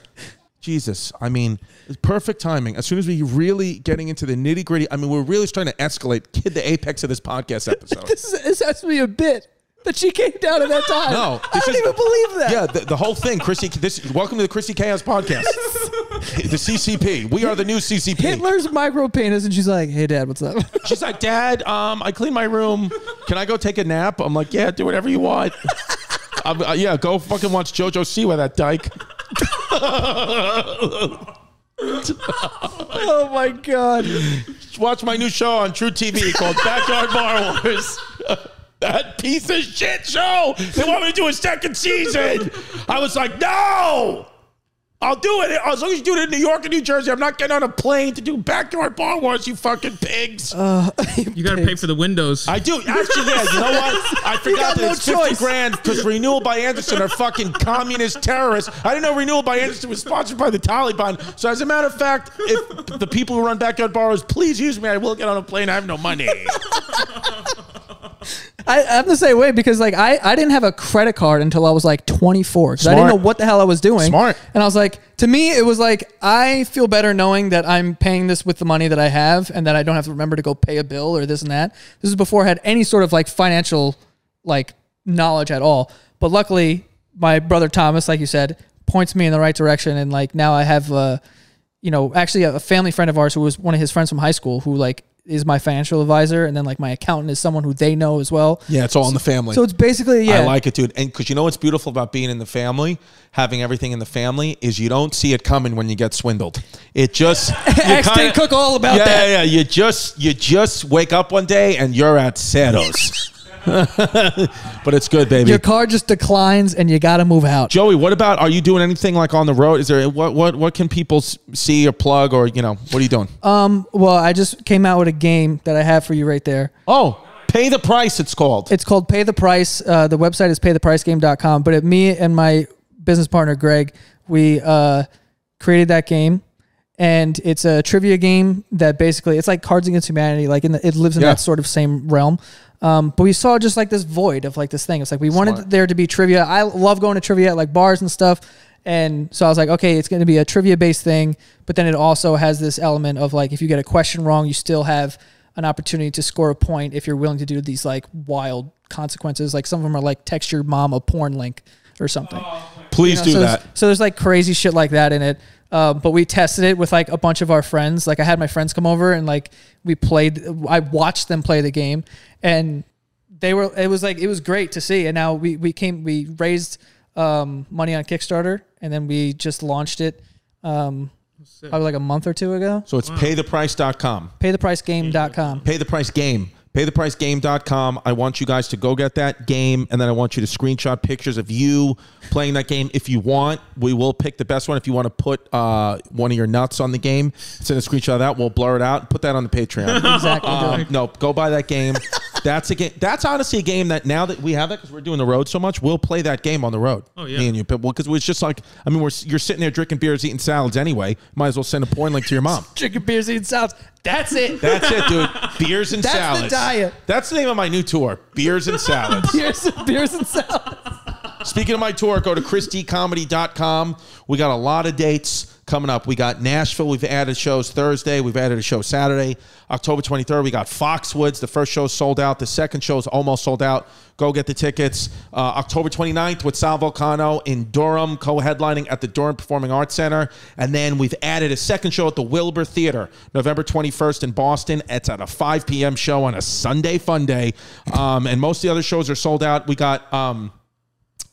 Jesus, I mean, it's perfect timing. As soon as we really getting into the nitty gritty, I mean, we're really trying to escalate, kid, the apex of this podcast episode.
This, is, this has to be a bit that she came down at that
<laughs>
time.
No,
I
this
don't
is-
even believe that.
yeah, the, the whole thing, Christy. This welcome to the Christy Chaos
<laughs>
podcast. the CCP. We are the new CCP.
Hitler's micro penis, and she's like, "Hey, Dad,
<laughs>
what's up?" <laughs>
She's like, Dad, um, I cleaned my room. Can I go take a nap? I'm like, Yeah, do whatever you
<laughs>
want. I'm, uh, yeah, go fucking watch JoJo Siwa, that dyke.
oh my god!
watch my new show on True TV called Backyard Bar Wars. <laughs> that piece of shit show. They want me to do a second season. I was like, no. I'll do it as long as you do it in New York and New Jersey. I'm not getting on a plane to do backyard bar wars, you fucking pigs.
You got to pay for the windows.
I do actually. Yeah, you know what?
<laughs>
I forgot
got
that
no
it's
choice.
fifty grand because Renewal by Anderson are fucking communist terrorists. I didn't know Renewal by Anderson was sponsored by the Taliban. So as a matter of fact, if the people who run backyard borrows, please use me. I will get on a plane. I have no money.
I, I'm the same way because like I, I didn't have a credit card until I was like 24 because I didn't know
Smart.
what the hell I was doing.
Smart.
And I was like, to me, it was like I feel better knowing that I'm paying this with the money that I have and that I don't have to remember to go pay a bill or this and that. This is before I had any sort of like financial like knowledge at all. But luckily, my brother Thomas, like you said, points me in the right direction and like now I have uh you know, actually a a family friend of ours who was one of his friends from high school who like is my financial advisor and then like my accountant is someone who they know as well.
Yeah, it's all in the family.
So it's basically yeah.
I like it, dude. And because you know what's beautiful about being in the family, having everything in the family, is you don't see it coming when you get swindled. It
<laughs>
just you
Ask
kinda-
Dane Cook all about
yeah,
that.
Yeah, yeah. You just you just wake up one day and you're at
<laughs>
Sato's. but it's good, baby.
your car just declines and you got to move out.
Joey, what about? Are you doing anything like on the road? Is there what what what can people s- see or plug or you know what are you doing?
Uh, well, I just came out with a game that I have for you right there.
oh, pay the price. It's called.
It's called Pay the Price. Uh, the website is paythepricegame.com. But it, me and my business partner Greg, we uh, created that game, and it's a trivia game that basically it's like Cards Against Humanity. Like in the, it lives in
Yeah.
that sort of same realm. Um, but we saw just like this void of like this thing. It's like we wanted there to be trivia. I love going to trivia at like bars and stuff. And so I was like, okay, it's going to be a trivia based thing, but then it also has this element of like if you get a question wrong, you still have an opportunity to score a point if you're willing to do these like wild consequences. Like some of them are like text your mom a porn link or something.
Please
You know,
do
so
that.
There's, so there's like crazy shit like that in it. Um, but we tested it with like a bunch of our friends. Like I had my friends come over and like we played. I watched them play the game, and they were. It was like it was great to see. And now we we came we raised um, money on Kickstarter, and then we just launched it. Um, probably like a month or two ago.
So it's paytheprice.com. <laughs>
Paythepricegame.com.
Pay the price game. Paythepricegame.com. I want you guys to go get that game, and then I want you to screenshot pictures of you playing that game. If you want, we will pick the best one. If you want to put uh, one of your nuts on the game, send a screenshot of that. We'll blur it out and put that on the Patreon.
Exactly.
um, no, go buy that game. That's a game. That's honestly a game that now that we have it because we're doing the road so much, we'll play that game on the road. Oh
yeah.
me and you. But because it's just like I mean, we're you're sitting there drinking beers, eating salads anyway. Might as well send a porn link to your mom.
Drinking beers, eating salads. That's it.
<laughs> That's it, dude. Beers and
That's the
salads.
diet.
That's the name of my new tour. Beers and salads.
beers, beers and salads.
Speaking of my tour, go to christecomedy.com. We got a lot of dates coming up. We got Nashville. We've added shows Thursday. We've added a show Saturday, October 23rd. We got Foxwoods. The first show's sold out. The second show's almost sold out. Go get the tickets. Uh, October 29th with Sal Volcano in Durham, co-headlining at the Durham Performing Arts Center. And then we've added a second show at the Wilbur Theater, November 21st in Boston. It's at a 5 p.m. show on a Sunday fun day. Um, and most of the other shows are sold out. We got... Um,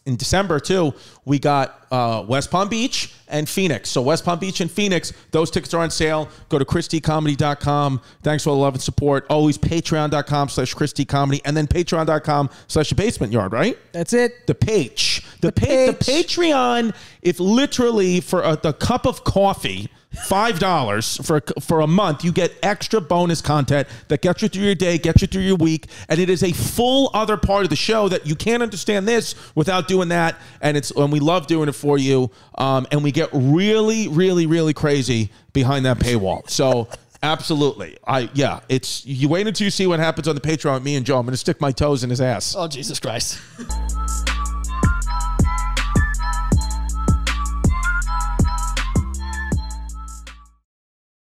in December too, we got uh, West Palm Beach and Phoenix. So West Palm Beach and Phoenix, those tickets are on sale. Go to christycomedy.com. Thanks for the love and support. Always patreon.com slash christycomedy and then patreon.com slash the basement yard, right?
That's it.
The page. The, pa- the
page.
Patreon, if literally for a, the cup of coffee, five dollars for a, c- for a month, you get extra bonus content that gets you through your day, gets you through your week, and it is a full other part of the show that you can't understand this without doing that. And it's and we love doing it for you. Um, and we get really, really, really crazy behind that paywall. So. Absolutely. I yeah, it's you wait until you see what happens on the Patreon with me and Joe. I'm gonna stick my toes in his ass.
Oh Jesus Christ.